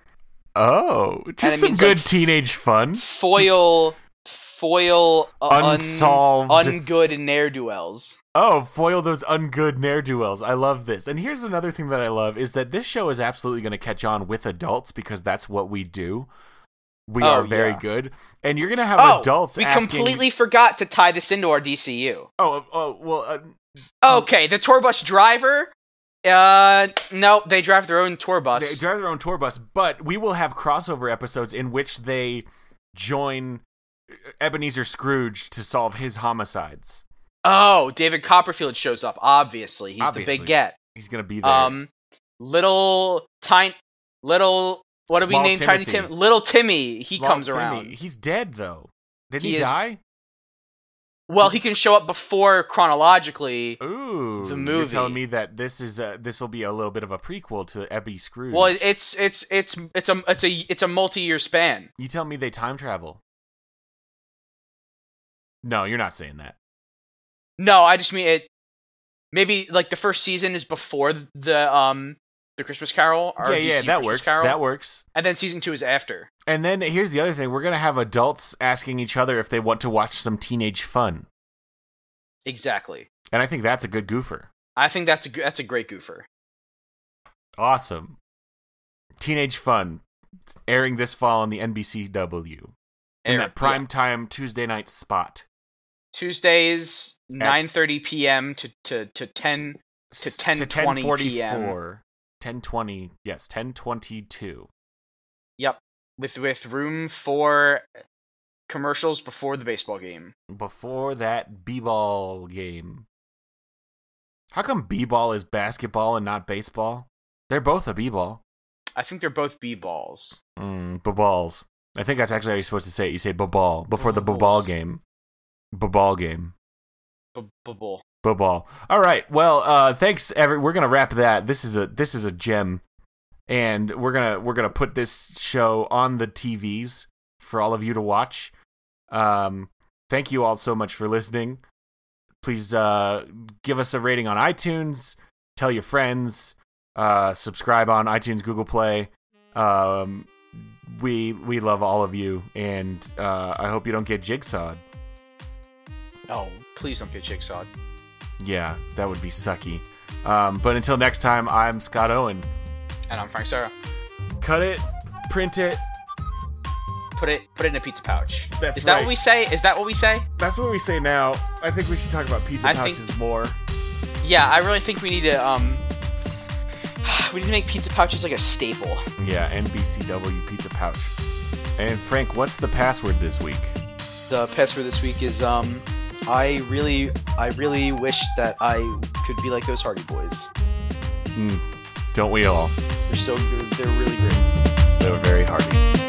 S1: oh
S2: it
S1: just some
S2: means,
S1: good
S2: like,
S1: teenage fun
S2: Foil, foil, uh,
S1: unsolved
S2: un, ungood ne'er do wells.
S1: oh foil those ungood ne'er-do-wells i love this and here's another thing that i love is that this show is absolutely going to catch on with adults because that's what we do we
S2: Oh,
S1: are very
S2: yeah. good.
S1: good and you're going to have
S2: Oh,
S1: adults
S2: We
S1: asking-
S2: completely forgot to tie this into our DCU.
S1: Oh, uh, oh well, uh,
S2: Okay, the tour bus driver. Uh, no, they drive their own tour bus.
S1: they drive their own tour bus, but we will have crossover episodes in which they join uh, Ebenezer Scrooge to solve his homicides.
S2: oh, David Copperfield shows up. Obviously, he's
S1: Obviously.
S2: the big get.
S1: He's gonna be there.
S2: Um, little tiny, little what do we
S1: Small
S2: name tiny
S1: Timothy.
S2: Tim? Little Timmy. He
S1: Small
S2: comes
S1: Timmy.
S2: around.
S1: He's dead though. Did he,
S2: He is-
S1: die?
S2: Well, he can show up before chronologically.
S1: Ooh,
S2: the
S1: You're
S2: movie.
S1: telling me that this is uh, this will be a little bit of a prequel to Ebby Scrooge.
S2: Well, it's it's it's it's a it's a it's a multi-year span.
S1: you tell me they time travel. No, you're not saying that.
S2: No, I just mean it. Maybe like the first season is before the um the Christmas Carol. Or
S1: yeah, yeah,
S2: DCU
S1: that
S2: Christmas
S1: works.
S2: Carol,
S1: That works.
S2: And then season two is after.
S1: And then here's the other thing: we're gonna have adults asking each other if they want to watch some teenage fun,
S2: Exactly.
S1: and I think that's a good goofer.
S2: I think that's a g- that's a great goofer.
S1: Awesome, teenage fun, airing this fall on the NBCW in
S2: Eric,
S1: that prime time Tuesday night spot.
S2: yeah. Tuesdays nine thirty p.m. to to to ten. To 10:20
S1: 10:44. 10:20, yes, ten twenty two.
S2: Yep. With with room for commercials before the baseball game.
S1: Before that b-ball game. How come b-ball is basketball and not baseball? They're both a b-ball.
S2: I think they're both B balls.
S1: Mm, b-balls. I think that's actually how you're supposed to say it. You say b-ball before the b-ball
S2: B-balls.
S1: game. B-ball game.
S2: Bubble.
S1: Bubble. All right. Well, uh, thanks. Every we're gonna wrap that. This is a this is a gem, and we're gonna we're gonna put this show on the TVs for all of you to watch. Um, thank you all so much for listening. Please uh, give us a rating on iTunes. Tell your friends. Uh, subscribe on iTunes, Google Play. Um, we we love all of you, and uh, I hope you don't get jigsawed.
S2: Oh, please don't get jigsawed.
S1: Yeah, that would be sucky. Um, but until next time, I'm Scott Owen.
S2: And I'm Frank Sarah.
S1: Cut it, print it.
S2: Put it put it in a pizza pouch.
S1: That's
S2: Is that
S1: right.
S2: what we say? Is that what we say?
S1: That's what we say now. I think we should talk about pizza
S2: I think-
S1: pouches more.
S2: Yeah, I really think we need to um we need to make pizza pouches like a staple.
S1: Yeah, NBCW pizza pouch. And Frank, what's the password this week?
S2: The password this week is um I really I really wish that I could be like those Hardy Boys.
S1: Mm, don't we all?
S2: They're so good. They're really great.
S1: They were very hardy.